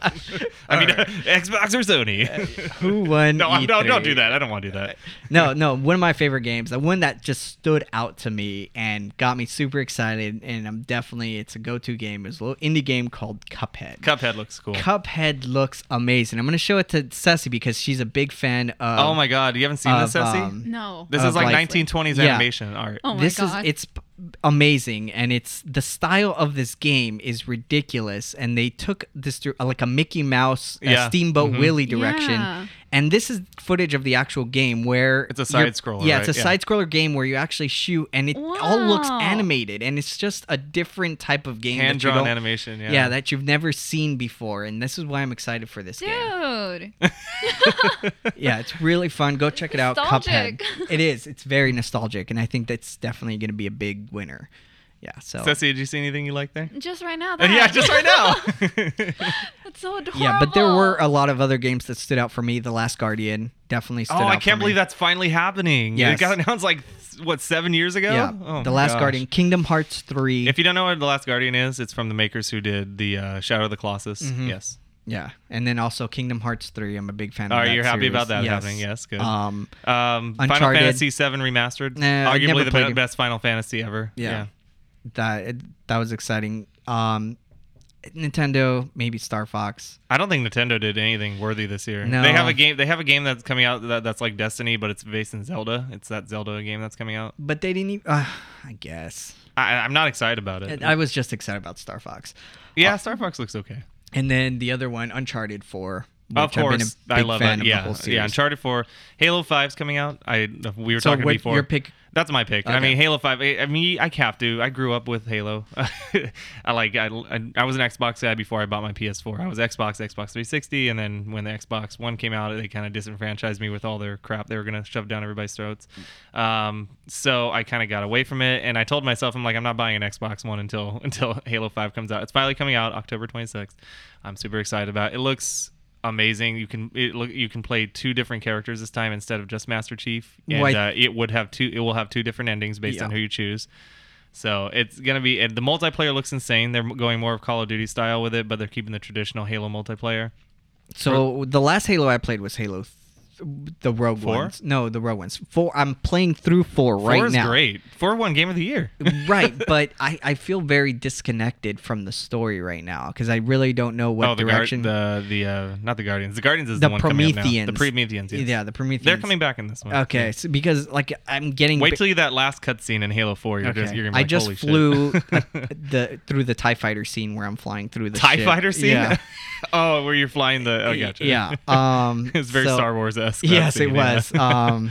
[SPEAKER 1] I mean,
[SPEAKER 3] Alright.
[SPEAKER 1] Xbox or Sony?
[SPEAKER 3] Uh, Who won
[SPEAKER 1] no, I- no,
[SPEAKER 3] E3?
[SPEAKER 1] don't do that. I don't want to do that.
[SPEAKER 3] no, no. One of my favorite games, the one that just stood out to me and got me super excited, and I'm definitely it's a go-to game. Is a little indie game called Cuphead.
[SPEAKER 1] Cuphead looks cool.
[SPEAKER 3] Cuphead looks amazing. I'm gonna show it to Ceci because she's a big fan of.
[SPEAKER 1] oh my God, you haven't seen this,
[SPEAKER 3] of,
[SPEAKER 1] Ceci?
[SPEAKER 3] um,
[SPEAKER 2] No.
[SPEAKER 1] this is
[SPEAKER 3] of
[SPEAKER 1] like
[SPEAKER 3] Lifelink.
[SPEAKER 1] 1920s
[SPEAKER 3] Yeah.
[SPEAKER 1] animation art.
[SPEAKER 2] Oh my
[SPEAKER 3] this
[SPEAKER 2] God.
[SPEAKER 3] is it's p- amazing and it's the style of this game is ridiculous and they took this through uh, like a mickey mouse uh,
[SPEAKER 1] Yeah.
[SPEAKER 3] steamboat
[SPEAKER 1] Mhm.
[SPEAKER 3] willie direction
[SPEAKER 2] Yeah.
[SPEAKER 3] and this is footage of the actual game where
[SPEAKER 1] It's a
[SPEAKER 3] you're-
[SPEAKER 1] side-scroller,
[SPEAKER 3] yeah it's
[SPEAKER 1] right?
[SPEAKER 3] a
[SPEAKER 1] Yeah.
[SPEAKER 3] side scroller game where you actually shoot and it all looks
[SPEAKER 2] Wow.
[SPEAKER 3] animated and it's just a different type of game that you
[SPEAKER 1] Hand drawn
[SPEAKER 3] don't-
[SPEAKER 1] animation. Yeah.
[SPEAKER 3] yeah. that you've never seen before and this is why i'm excited for this game
[SPEAKER 2] Dude.
[SPEAKER 3] yeah, it's really fun. Go check it out.
[SPEAKER 2] Nostalgic.
[SPEAKER 3] Cuphead. It is. It's very nostalgic, and I think that's definitely going to be a big winner. Yeah. So.
[SPEAKER 1] Ceci, did you see anything you liked there?
[SPEAKER 2] Just right now. That.
[SPEAKER 1] yeah, just right now.
[SPEAKER 2] That's so adorable.
[SPEAKER 3] yeah, but there were a lot of other games that stood out for me. The Last Guardian definitely stood
[SPEAKER 1] oh,
[SPEAKER 3] out.
[SPEAKER 1] I
[SPEAKER 3] for
[SPEAKER 1] can't
[SPEAKER 3] me.
[SPEAKER 1] believe that's finally happening.
[SPEAKER 3] Yes.
[SPEAKER 1] It got announced like, what, seven years ago?
[SPEAKER 3] Yeah,
[SPEAKER 1] Oh
[SPEAKER 3] The
[SPEAKER 1] my
[SPEAKER 3] Last
[SPEAKER 1] gosh.
[SPEAKER 3] Guardian, Kingdom Hearts three.
[SPEAKER 1] If you don't know what The Last Guardian is, it's from the makers who did the uh, Shadow of the Colossus.
[SPEAKER 3] Mhm.
[SPEAKER 1] Yes.
[SPEAKER 3] yeah, and then also Kingdom Hearts three. I'm a big fan.
[SPEAKER 1] All
[SPEAKER 3] of
[SPEAKER 1] right,
[SPEAKER 3] that
[SPEAKER 1] you're happy
[SPEAKER 3] series.
[SPEAKER 1] about that
[SPEAKER 3] yes.
[SPEAKER 1] happening. Yes, good.
[SPEAKER 3] Um,
[SPEAKER 1] Um, Final
[SPEAKER 3] Uncharted.
[SPEAKER 1] Fantasy VII remastered,
[SPEAKER 3] Nah, I never
[SPEAKER 1] arguably the
[SPEAKER 3] played
[SPEAKER 1] be-
[SPEAKER 3] it.
[SPEAKER 1] best Final Fantasy ever.
[SPEAKER 3] Yeah.
[SPEAKER 1] yeah.
[SPEAKER 3] that that was exciting. Um, Nintendo, maybe Star Fox.
[SPEAKER 1] I don't think Nintendo did anything worthy this year.
[SPEAKER 3] No.
[SPEAKER 1] They have a game. They have a game that's coming out that, that's like Destiny, but it's based in Zelda. It's that Zelda game that's coming out.
[SPEAKER 3] But they didn't even. Uh, I guess.
[SPEAKER 1] I, I'm not excited about it.
[SPEAKER 3] I was just excited about Star Fox.
[SPEAKER 1] yeah, Star Fox looks okay.
[SPEAKER 3] And then the other one, Uncharted 4. Which
[SPEAKER 1] Of
[SPEAKER 3] I've been a
[SPEAKER 1] course,
[SPEAKER 3] big
[SPEAKER 1] I love
[SPEAKER 3] fan
[SPEAKER 1] it.
[SPEAKER 3] Of
[SPEAKER 1] Yeah,
[SPEAKER 3] the whole series.
[SPEAKER 1] yeah. Uncharted Four, Halo Five's coming out. I we were
[SPEAKER 3] So
[SPEAKER 1] talking
[SPEAKER 3] what-
[SPEAKER 1] before.
[SPEAKER 3] your pick-
[SPEAKER 1] That's my pick. I
[SPEAKER 3] Okay.
[SPEAKER 1] mean, Halo Five. I, I mean, I have to. I grew up with Halo. I like. I, I I was an Xbox guy before I bought my PS4. I was Xbox, Xbox 360, and then when the Xbox One came out, they kind of disenfranchised me with all their crap they were gonna shove down everybody's throats. Um, so I kind of got away from it, and I told myself, I'm like, I'm not buying an Xbox One until until Halo Five comes out. It's finally coming out October 26th. I'm super excited about. It, it looks amazing. You can it, look you can play two different characters this time instead of just Master Chief, and
[SPEAKER 3] Why-
[SPEAKER 1] uh, it would have two. It will have two different endings based
[SPEAKER 3] Yeah.
[SPEAKER 1] on who you choose. So it's gonna be and the multiplayer looks insane. They're going more of Call of Duty style with it, but they're keeping the traditional Halo multiplayer.
[SPEAKER 3] So the last Halo I played was Halo, th- the Rogue
[SPEAKER 1] Four?
[SPEAKER 3] ones. No, the Rogue ones. Four. I'm playing through four right
[SPEAKER 1] Four is
[SPEAKER 3] now.
[SPEAKER 1] great. Four one game of the year.
[SPEAKER 3] right, but I, I feel very disconnected from the story right now because I really don't know what
[SPEAKER 1] oh, the
[SPEAKER 3] direction
[SPEAKER 1] Guard, the the uh, not the Guardians. The Guardians is
[SPEAKER 3] the
[SPEAKER 1] the, one coming up now.
[SPEAKER 3] Prometheans.
[SPEAKER 1] The Prometheans. yes.
[SPEAKER 3] Yeah, the Prometheans.
[SPEAKER 1] they're coming back in this one.
[SPEAKER 3] Okay, so because like I'm getting
[SPEAKER 1] Wait
[SPEAKER 3] ba-
[SPEAKER 1] till you that last cutscene in Halo Four. You're just
[SPEAKER 3] Okay.
[SPEAKER 1] you're gonna be
[SPEAKER 3] I
[SPEAKER 1] like,
[SPEAKER 3] just
[SPEAKER 1] "Holy shit."
[SPEAKER 3] flew like, the through the Tie Fighter scene where I'm flying through the
[SPEAKER 1] Tie
[SPEAKER 3] ship.
[SPEAKER 1] Fighter scene.
[SPEAKER 3] Yeah,
[SPEAKER 1] oh, where you're flying the. Oh, gotcha.
[SPEAKER 3] yeah. Um,
[SPEAKER 1] it's very
[SPEAKER 3] so-
[SPEAKER 1] Star Wars esque.
[SPEAKER 3] Yes, it was. um,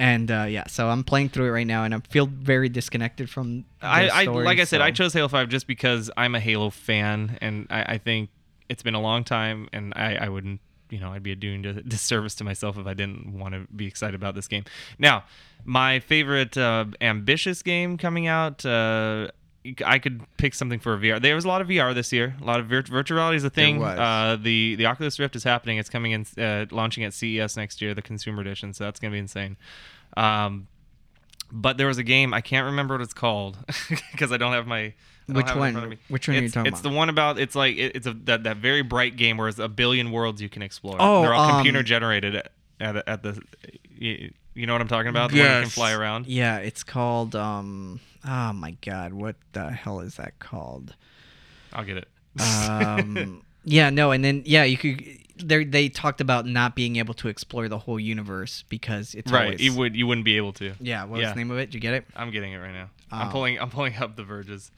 [SPEAKER 3] and uh, yeah, so I'm playing through it right now, and I feel very disconnected from. the
[SPEAKER 1] I, I
[SPEAKER 3] story,
[SPEAKER 1] like I said,
[SPEAKER 3] so-
[SPEAKER 1] I chose Halo Five just because I'm a Halo fan, and I, I think it's been a long time, and I, I wouldn't, you know, I'd be doing a disservice to myself if I didn't want to be excited about this game. Now, my favorite uh, ambitious game coming out. Uh, I could pick something for VR. There was a lot of VR this year. A lot of vir- virtuality is a thing.
[SPEAKER 3] was.
[SPEAKER 1] Uh, the the Oculus Rift is happening. It's coming in, E uh, launching at CES next year, the consumer edition. So that's gonna be insane. Um, But there was a game I can't remember what it's called because I don't have my I don't
[SPEAKER 3] Which
[SPEAKER 1] have it in
[SPEAKER 3] one?
[SPEAKER 1] front of me.
[SPEAKER 3] Which one are you
[SPEAKER 1] It's-
[SPEAKER 3] talking
[SPEAKER 1] It's
[SPEAKER 3] about?
[SPEAKER 1] the one about it's like it- it's a, that that very bright game where it's a billion worlds you can explore.
[SPEAKER 3] Oh,
[SPEAKER 1] they're all
[SPEAKER 3] um,
[SPEAKER 1] computer generated at, at at the you you know what I'm talking about? The one you can
[SPEAKER 3] Yes.
[SPEAKER 1] fly around.
[SPEAKER 3] Yeah, it's called um oh my god, what the hell is that called?
[SPEAKER 1] I'll get it.
[SPEAKER 3] Um yeah, no, and then yeah, you could they they talked about not being able to explore the whole universe because it's
[SPEAKER 1] right,
[SPEAKER 3] always-
[SPEAKER 1] you would you wouldn't be able to.
[SPEAKER 3] yeah, what was
[SPEAKER 1] yeah.
[SPEAKER 3] the name of it? Did you get it?
[SPEAKER 1] I'm getting it right now.
[SPEAKER 3] Oh.
[SPEAKER 1] I'm pulling I'm pulling up the verges.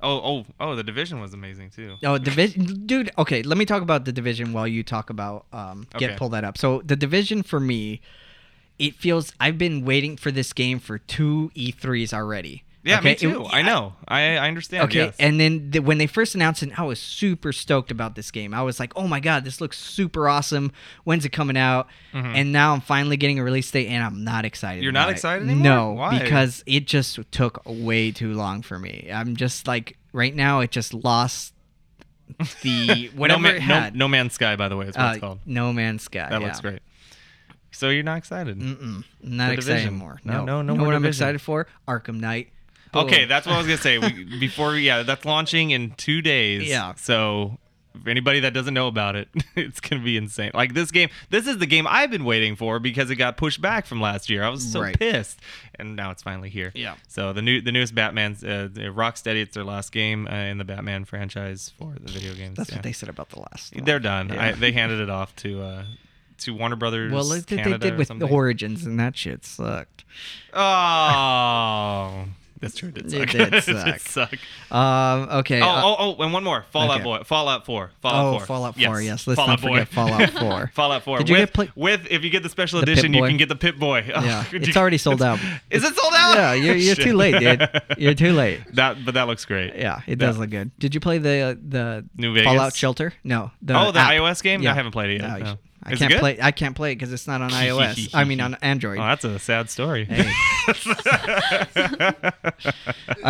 [SPEAKER 1] Oh oh oh! The division was amazing too.
[SPEAKER 3] Oh, division, dude. Okay, let me talk about the division while you talk about um get
[SPEAKER 1] Okay.
[SPEAKER 3] pull that up. So the division for me, it feels I've been waiting for this game for two E3s already.
[SPEAKER 1] Yeah, me
[SPEAKER 3] It-
[SPEAKER 1] too. I know. I I understand.
[SPEAKER 3] Okay,
[SPEAKER 1] Oh, yes.
[SPEAKER 3] and then the, when they first announced it, I was super stoked about this game. I was like, "Oh my god, this looks super awesome! When's it coming out?" And now I'm finally getting a release date, and I'm not excited.
[SPEAKER 1] Mm-hmm. You're not
[SPEAKER 3] about it.
[SPEAKER 1] excited anymore?
[SPEAKER 3] No,
[SPEAKER 1] Why?
[SPEAKER 3] because it just took way too long for me. I'm just like, right now, it just lost the whatever
[SPEAKER 1] no, Ma-
[SPEAKER 3] it had.
[SPEAKER 1] no, No Man's Sky, by the way, is what
[SPEAKER 3] Uh,
[SPEAKER 1] it's called.
[SPEAKER 3] No Man's Sky.
[SPEAKER 1] That
[SPEAKER 3] yeah.
[SPEAKER 1] looks great. So you're not excited?
[SPEAKER 3] Mm-mm, not
[SPEAKER 1] The
[SPEAKER 3] excited
[SPEAKER 1] Division.
[SPEAKER 3] anymore.
[SPEAKER 1] No, no, no
[SPEAKER 3] You know
[SPEAKER 1] more
[SPEAKER 3] what I'm
[SPEAKER 1] Division.
[SPEAKER 3] excited for? Arkham Knight.
[SPEAKER 1] Okay,
[SPEAKER 3] Boom.
[SPEAKER 1] that's what I was gonna say. We, before, yeah, that's launching in two days.
[SPEAKER 3] Yeah.
[SPEAKER 1] So if anybody that doesn't know about it, it's gonna be insane. Like this game, this is the game I've been waiting for because it got pushed back from last year. I was so
[SPEAKER 3] Right.
[SPEAKER 1] pissed, and now it's finally here.
[SPEAKER 3] Yeah.
[SPEAKER 1] So the new, the newest Batman's uh, Rocksteady. It's their last game uh, in the Batman franchise for the video games.
[SPEAKER 3] That's
[SPEAKER 1] yeah.
[SPEAKER 3] what they said about the last. one.
[SPEAKER 1] They're done. I,
[SPEAKER 3] Yeah.
[SPEAKER 1] they handed it off to uh, to Warner Brothers.
[SPEAKER 3] Well, look what they
[SPEAKER 1] Canada
[SPEAKER 3] did
[SPEAKER 1] or
[SPEAKER 3] with
[SPEAKER 1] something.
[SPEAKER 3] Origins, and that shit sucked.
[SPEAKER 1] Oh, that's true. It did suck.
[SPEAKER 3] It did suck.
[SPEAKER 1] did suck.
[SPEAKER 3] Um, okay.
[SPEAKER 1] Oh,
[SPEAKER 3] uh,
[SPEAKER 1] oh, oh, and one more. Fallout
[SPEAKER 3] okay.
[SPEAKER 1] Boy. Fallout 4. Fallout
[SPEAKER 3] oh,
[SPEAKER 1] 4.
[SPEAKER 3] Fallout 4. Yes, let's not forget Fallout 4.
[SPEAKER 1] Fallout 4.
[SPEAKER 3] Did
[SPEAKER 1] Did
[SPEAKER 3] you
[SPEAKER 1] you with,
[SPEAKER 3] get pla-
[SPEAKER 1] with, if you get the special
[SPEAKER 3] The
[SPEAKER 1] edition, you
[SPEAKER 3] Pip-Boy?
[SPEAKER 1] can get the Pip Boy.
[SPEAKER 3] Yeah, it's already sold out.
[SPEAKER 1] Is it sold out?
[SPEAKER 3] yeah, you're, you're
[SPEAKER 1] Shit.
[SPEAKER 3] too late, dude. You're too late.
[SPEAKER 1] That, but that looks great.
[SPEAKER 3] Yeah, it
[SPEAKER 1] Yeah.
[SPEAKER 3] does look good. Did you play the uh, the
[SPEAKER 1] New Vegas?
[SPEAKER 3] Fallout Shelter? No. The
[SPEAKER 1] Oh, the
[SPEAKER 3] app.
[SPEAKER 1] iOS game? I haven't played it yet,
[SPEAKER 3] No, you
[SPEAKER 1] no.
[SPEAKER 3] should- I
[SPEAKER 1] Is it
[SPEAKER 3] can't
[SPEAKER 1] good?
[SPEAKER 3] play. I can't play it because it's not on iOS. I mean, on Android.
[SPEAKER 1] Oh,
[SPEAKER 3] All
[SPEAKER 1] that's a sad story.
[SPEAKER 3] Hey.
[SPEAKER 1] All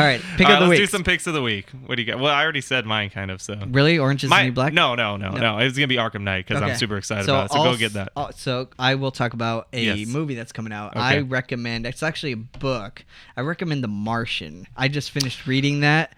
[SPEAKER 3] right, pick
[SPEAKER 1] right,
[SPEAKER 3] of the
[SPEAKER 1] let's
[SPEAKER 3] week.
[SPEAKER 1] do some picks of the week. What do you got? Well, I already said mine, kind of. So
[SPEAKER 3] Really, Orange is the
[SPEAKER 1] My-
[SPEAKER 3] New Black?
[SPEAKER 1] No, no, no,
[SPEAKER 3] No.
[SPEAKER 1] no, It's gonna be Arkham Knight because I'm
[SPEAKER 3] Okay.
[SPEAKER 1] super excited about it. So
[SPEAKER 3] I'll
[SPEAKER 1] go get
[SPEAKER 3] s-
[SPEAKER 1] that.
[SPEAKER 3] I'll- so I will talk about a
[SPEAKER 1] Yes.
[SPEAKER 3] movie that's coming out.
[SPEAKER 1] Okay.
[SPEAKER 3] I recommend. It's actually a book. I recommend The Martian. I just finished reading that.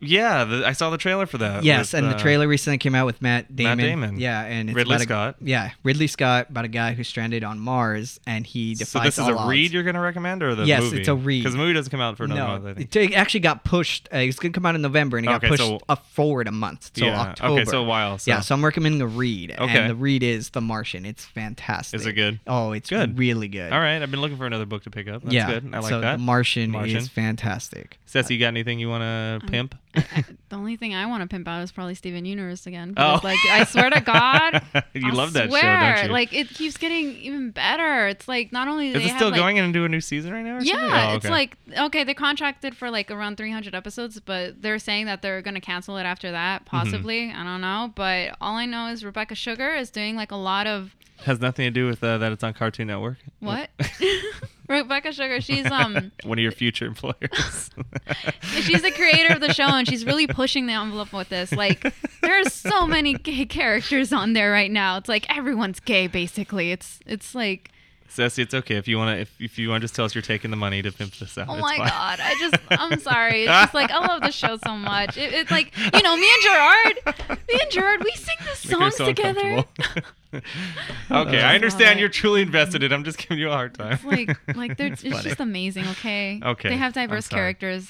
[SPEAKER 1] Yeah, the, I saw the trailer for that.
[SPEAKER 3] yes,
[SPEAKER 1] with,
[SPEAKER 3] and the
[SPEAKER 1] uh,
[SPEAKER 3] trailer recently came out with Matt Damon.
[SPEAKER 1] Matt Damon.
[SPEAKER 3] Yeah, and it's
[SPEAKER 1] Ridley
[SPEAKER 3] about a-
[SPEAKER 1] Scott.
[SPEAKER 3] Yeah, Ridley Scott about a guy who's stranded on Mars and he defies
[SPEAKER 1] So this is
[SPEAKER 3] all
[SPEAKER 1] a
[SPEAKER 3] odds.
[SPEAKER 1] read you're gonna recommend, or the
[SPEAKER 3] Yes,
[SPEAKER 1] movie?
[SPEAKER 3] it's a read.
[SPEAKER 1] because the movie doesn't come out for another
[SPEAKER 3] no,
[SPEAKER 1] month. I think.
[SPEAKER 3] it it actually got pushed. Uh, it's gonna come out in November, and it got
[SPEAKER 1] Okay,
[SPEAKER 3] pushed
[SPEAKER 1] so-
[SPEAKER 3] up forward a month, so
[SPEAKER 1] Yeah, okay, so
[SPEAKER 3] October.
[SPEAKER 1] a while, so-
[SPEAKER 3] Yeah, so I'm recommending a read,
[SPEAKER 1] Okay.
[SPEAKER 3] and the read is The Martian. It's fantastic.
[SPEAKER 1] Is it good?
[SPEAKER 3] Oh, it's
[SPEAKER 1] Good.
[SPEAKER 3] really good.
[SPEAKER 1] All right, I've been looking for another book to pick up. That's
[SPEAKER 3] yeah,
[SPEAKER 1] good. I like
[SPEAKER 3] so
[SPEAKER 1] that.
[SPEAKER 3] The Martian,
[SPEAKER 1] Martian.
[SPEAKER 3] is fantastic.
[SPEAKER 1] Seth, you got anything you want
[SPEAKER 2] Um,
[SPEAKER 1] to pimp?
[SPEAKER 2] The only thing I want to pimp out is probably Steven Universe again.
[SPEAKER 1] Oh.
[SPEAKER 2] because, Like I swear to God,
[SPEAKER 1] You
[SPEAKER 2] I
[SPEAKER 1] love that show,
[SPEAKER 2] swear,
[SPEAKER 1] don't you?
[SPEAKER 2] Like it keeps getting even better. It's like not only do
[SPEAKER 1] is
[SPEAKER 2] they
[SPEAKER 1] it
[SPEAKER 2] have,
[SPEAKER 1] still
[SPEAKER 2] like,
[SPEAKER 1] going into a new season right now? Or something?
[SPEAKER 2] Yeah,
[SPEAKER 1] Oh,
[SPEAKER 2] it's
[SPEAKER 1] okay.
[SPEAKER 2] like okay, they contracted for like around 300 episodes, but they're saying that they're gonna cancel it after that,
[SPEAKER 1] Mm-hmm.
[SPEAKER 2] possibly. I don't know, but all I know is Rebecca Sugar is doing like a lot of
[SPEAKER 1] has nothing to do with uh, that. It's on Cartoon Network.
[SPEAKER 2] what? Rebecca Sugar, she's um,
[SPEAKER 1] one of your future employers.
[SPEAKER 2] she's the creator of the show, and she's really pushing the envelope with this. Like, there are so many gay characters on there right now. It's like everyone's gay, basically. It's it's like
[SPEAKER 1] Ceci, it's okay if you want to. If, if you want to just tell us you're taking the money to pimp this out.
[SPEAKER 2] Oh
[SPEAKER 1] it's
[SPEAKER 2] my
[SPEAKER 1] fine.
[SPEAKER 2] god! I just I'm sorry. It's just like I love the show so much. It, it's like you know me and Gerard, me and Gerard, we sing the
[SPEAKER 1] Make her
[SPEAKER 2] songs
[SPEAKER 1] so
[SPEAKER 2] together.
[SPEAKER 1] uncomfortable.
[SPEAKER 3] I
[SPEAKER 1] okay,
[SPEAKER 3] love
[SPEAKER 1] I understand
[SPEAKER 2] it.
[SPEAKER 1] you're truly invested in. it. I'm just giving you a hard time.
[SPEAKER 2] It's like like they're, it's
[SPEAKER 1] funny.
[SPEAKER 2] just amazing. Okay.
[SPEAKER 1] Okay,
[SPEAKER 2] They have
[SPEAKER 1] I'm
[SPEAKER 2] diverse
[SPEAKER 1] sorry.
[SPEAKER 2] characters.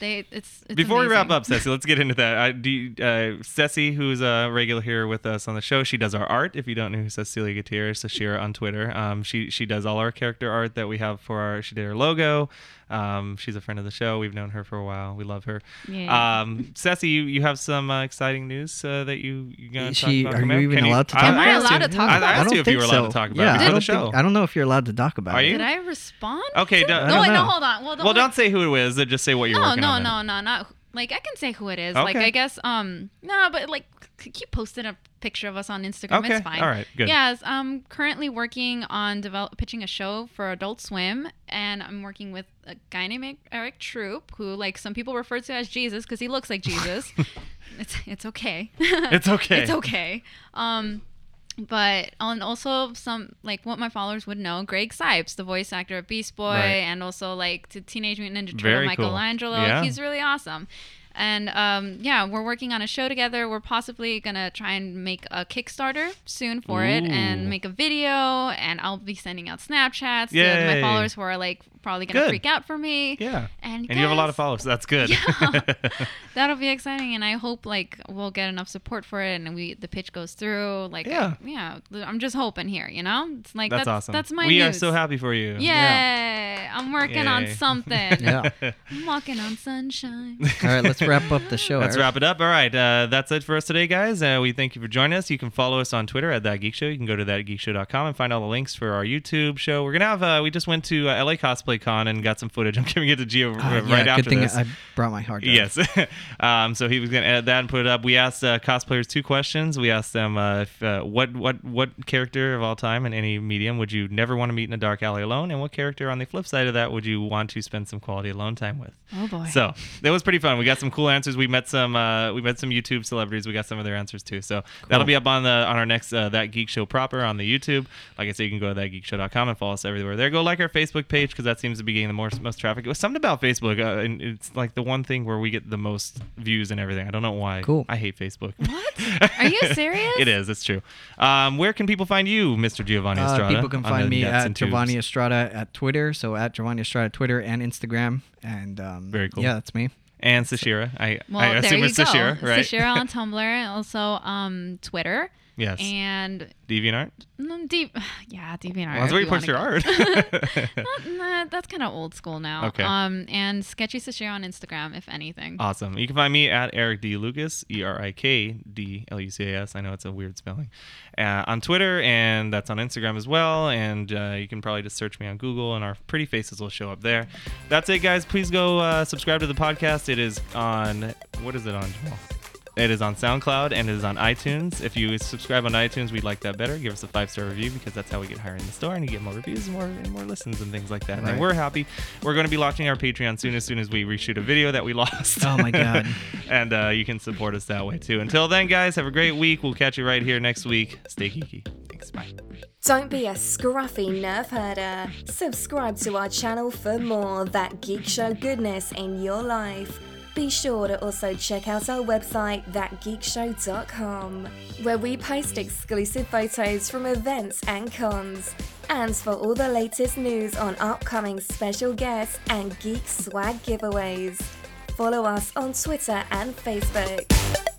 [SPEAKER 2] They it's, it's
[SPEAKER 1] Before we wrap
[SPEAKER 2] amazing.
[SPEAKER 1] up, Ceci, let's get into that. I, do you- uh, Ceci, who's a regular here with us on the show, she does our art. If you don't know who Cecilia Gutierrez Sashira on Twitter, um, she she does all our character art that we have for our. She did our logo. Um, she's a friend of the show. We've known her for a while. We love her.
[SPEAKER 2] Yeah.
[SPEAKER 1] Um, Ceci, you, you have some uh, exciting news uh, that you you gonna
[SPEAKER 3] Is
[SPEAKER 1] talk
[SPEAKER 3] she-
[SPEAKER 1] about?
[SPEAKER 3] are
[SPEAKER 1] coming
[SPEAKER 3] you
[SPEAKER 1] up?
[SPEAKER 3] even
[SPEAKER 1] Can
[SPEAKER 3] allowed to
[SPEAKER 1] I
[SPEAKER 3] talk
[SPEAKER 2] Am I
[SPEAKER 1] asked
[SPEAKER 2] allowed
[SPEAKER 1] you-
[SPEAKER 2] to talk
[SPEAKER 1] I
[SPEAKER 2] about it?
[SPEAKER 1] asked
[SPEAKER 3] don't
[SPEAKER 1] you if you
[SPEAKER 3] think
[SPEAKER 1] were
[SPEAKER 3] so.
[SPEAKER 1] allowed to talk about
[SPEAKER 3] yeah,
[SPEAKER 1] it
[SPEAKER 3] I
[SPEAKER 1] before
[SPEAKER 3] don't
[SPEAKER 1] the show.
[SPEAKER 3] Think, I don't know if you're allowed to talk about
[SPEAKER 1] Are
[SPEAKER 3] it.
[SPEAKER 1] you?
[SPEAKER 2] Did I respond?
[SPEAKER 1] Okay,
[SPEAKER 2] To-
[SPEAKER 1] don't- I
[SPEAKER 2] no,
[SPEAKER 3] don't
[SPEAKER 2] wait, no,
[SPEAKER 3] know.
[SPEAKER 2] hold on. Well, don't,
[SPEAKER 1] well, don't say who it was. uh, Just say what you're
[SPEAKER 2] No,
[SPEAKER 1] working
[SPEAKER 2] Oh, no,
[SPEAKER 1] on.
[SPEAKER 2] no, no, not like I can say who it is. Like
[SPEAKER 1] Okay.
[SPEAKER 2] I guess um no, but like c- keep posting a picture of us on Instagram.
[SPEAKER 1] Okay.
[SPEAKER 2] It's fine.
[SPEAKER 1] All right. Good.
[SPEAKER 2] Yes, I'm currently working on develop pitching a show for Adult Swim, and I'm working with a guy named Eric Troop, who like some people refer to as Jesus because he looks like Jesus. it's it's okay.
[SPEAKER 1] It's okay.
[SPEAKER 2] It's okay. Um, but and also some like what my followers would know greg sipes the voice actor of beast boy
[SPEAKER 1] Right.
[SPEAKER 2] and also like to teenage mutant ninja turtle
[SPEAKER 1] Very cool.
[SPEAKER 2] michelangelo
[SPEAKER 1] Yeah.
[SPEAKER 2] he's really awesome and um, yeah we're working on a show together we're possibly gonna try and make a kickstarter soon for it
[SPEAKER 1] Ooh.
[SPEAKER 2] and make a video and i'll be sending out snapchats to
[SPEAKER 1] Yay.
[SPEAKER 2] my followers who are like probably gonna
[SPEAKER 1] Good.
[SPEAKER 2] freak out for me
[SPEAKER 1] Yeah.
[SPEAKER 2] and,
[SPEAKER 1] And you have a lot of
[SPEAKER 2] guys,
[SPEAKER 1] followers. That's good.
[SPEAKER 2] Yeah. That'll be exciting, and I hope like we'll get enough support for it, and we the pitch goes through. Like,
[SPEAKER 1] Yeah.
[SPEAKER 2] yeah, I'm just hoping here, you know. It's like
[SPEAKER 1] that's,
[SPEAKER 2] that's
[SPEAKER 1] awesome.
[SPEAKER 2] That's my
[SPEAKER 1] We
[SPEAKER 2] news.
[SPEAKER 1] are so happy for you.
[SPEAKER 2] Yay! I'm working on
[SPEAKER 1] Yay.
[SPEAKER 2] something.
[SPEAKER 3] Yeah.
[SPEAKER 2] I'm walking on sunshine.
[SPEAKER 3] All right, let's wrap up the show.
[SPEAKER 1] Let's
[SPEAKER 3] Eric.
[SPEAKER 1] wrap it up. All right, uh, that's it for us today, guys. Uh, we thank you for joining us. You can follow us on Twitter at that geek show. You can go to thatgeekshow.com and find all the links for our YouTube show. We're gonna have. Uh, we just went to uh, LA Cosplay Con and got some footage. I'm giving it to Gio uh,
[SPEAKER 3] Uh, yeah,
[SPEAKER 1] right
[SPEAKER 3] good
[SPEAKER 1] after
[SPEAKER 3] thing
[SPEAKER 1] this.
[SPEAKER 3] I brought my hard drive.
[SPEAKER 1] Yes. um, so he was going to edit that and put it up. We asked uh, cosplayers two questions. We asked them uh, if, uh, what what what character of all time in any medium would you never want to meet in a dark alley alone, and what character on the flip side of that would you want to spend some quality alone time with.
[SPEAKER 2] Oh boy.
[SPEAKER 1] So that was pretty fun. We got some cool answers. We met some uh, we met some YouTube celebrities. We got some of their answers too. So that'll be up on the on our next uh, that geek show proper on the YouTube. Like I said, you can go to thatgeekshow.com and follow us everywhere. There, go like our Facebook page because that seems to be getting the most most traffic. It was something about Facebook, uh, and it's like the one thing where we get the most views and everything. I don't know why.
[SPEAKER 3] Cool.
[SPEAKER 1] I hate Facebook.
[SPEAKER 2] What? Are you serious?
[SPEAKER 1] it is. It's true. Um, where can people find you, Mr. Giovanni Estrada?
[SPEAKER 3] Uh, people can
[SPEAKER 1] on
[SPEAKER 3] find
[SPEAKER 1] the
[SPEAKER 3] me
[SPEAKER 1] nets
[SPEAKER 3] at
[SPEAKER 1] and tubes?
[SPEAKER 3] Giovanni Estrada at Twitter. So at Giovanni Estrada Twitter and Instagram. And um,
[SPEAKER 1] Very cool.
[SPEAKER 3] Yeah, that's me.
[SPEAKER 1] and Sashira. I,
[SPEAKER 2] Well,
[SPEAKER 1] I
[SPEAKER 2] there
[SPEAKER 1] assume
[SPEAKER 2] you
[SPEAKER 1] it's
[SPEAKER 2] go.
[SPEAKER 1] Sashira, right?
[SPEAKER 2] Sashira on Tumblr, and also um, Twitter,
[SPEAKER 1] yes.
[SPEAKER 2] and
[SPEAKER 1] DeviantArt.
[SPEAKER 2] mm, deep. Yeah, DeviantArt.
[SPEAKER 1] Well, that's where
[SPEAKER 2] if
[SPEAKER 1] you post your
[SPEAKER 2] wanna
[SPEAKER 1] art.
[SPEAKER 2] go. Not- nah, that's kind of old school now.
[SPEAKER 1] Okay.
[SPEAKER 2] Um, and sketchy to share on Instagram, if anything.
[SPEAKER 1] awesome. You can find me at Eric D Lucas, E R I K D L U C A S. I know it's a weird spelling. Uh, on Twitter and that's on Instagram as well. And uh, you can probably just search me on Google, and our pretty faces will show up there. That's it, guys. Please go uh, subscribe to the podcast. It is on what is it on? Jamal? It is on SoundCloud and it is on iTunes. If you subscribe on iTunes, we'd like that better. Give us a five star review because that's how we get higher in the store and you get more reviews, and more and more listens, and things like that. And then
[SPEAKER 3] Right.
[SPEAKER 1] we're happy. We're going to be launching our Patreon soon. As soon as we reshoot a video that we lost.
[SPEAKER 3] Oh my God.
[SPEAKER 1] and uh, you can support us that way too. Until then, guys, have a great week. We'll catch you right here next week. Stay geeky. Thanks. Bye.
[SPEAKER 5] Don't be a scruffy nerf herder. Subscribe to our channel for more That Geek Show goodness in your life. Be sure to also check out our website, thatgeekshow.com, where we post exclusive photos from events and cons. And for all the latest news on upcoming special guests and geek swag giveaways, follow us on Twitter and Facebook.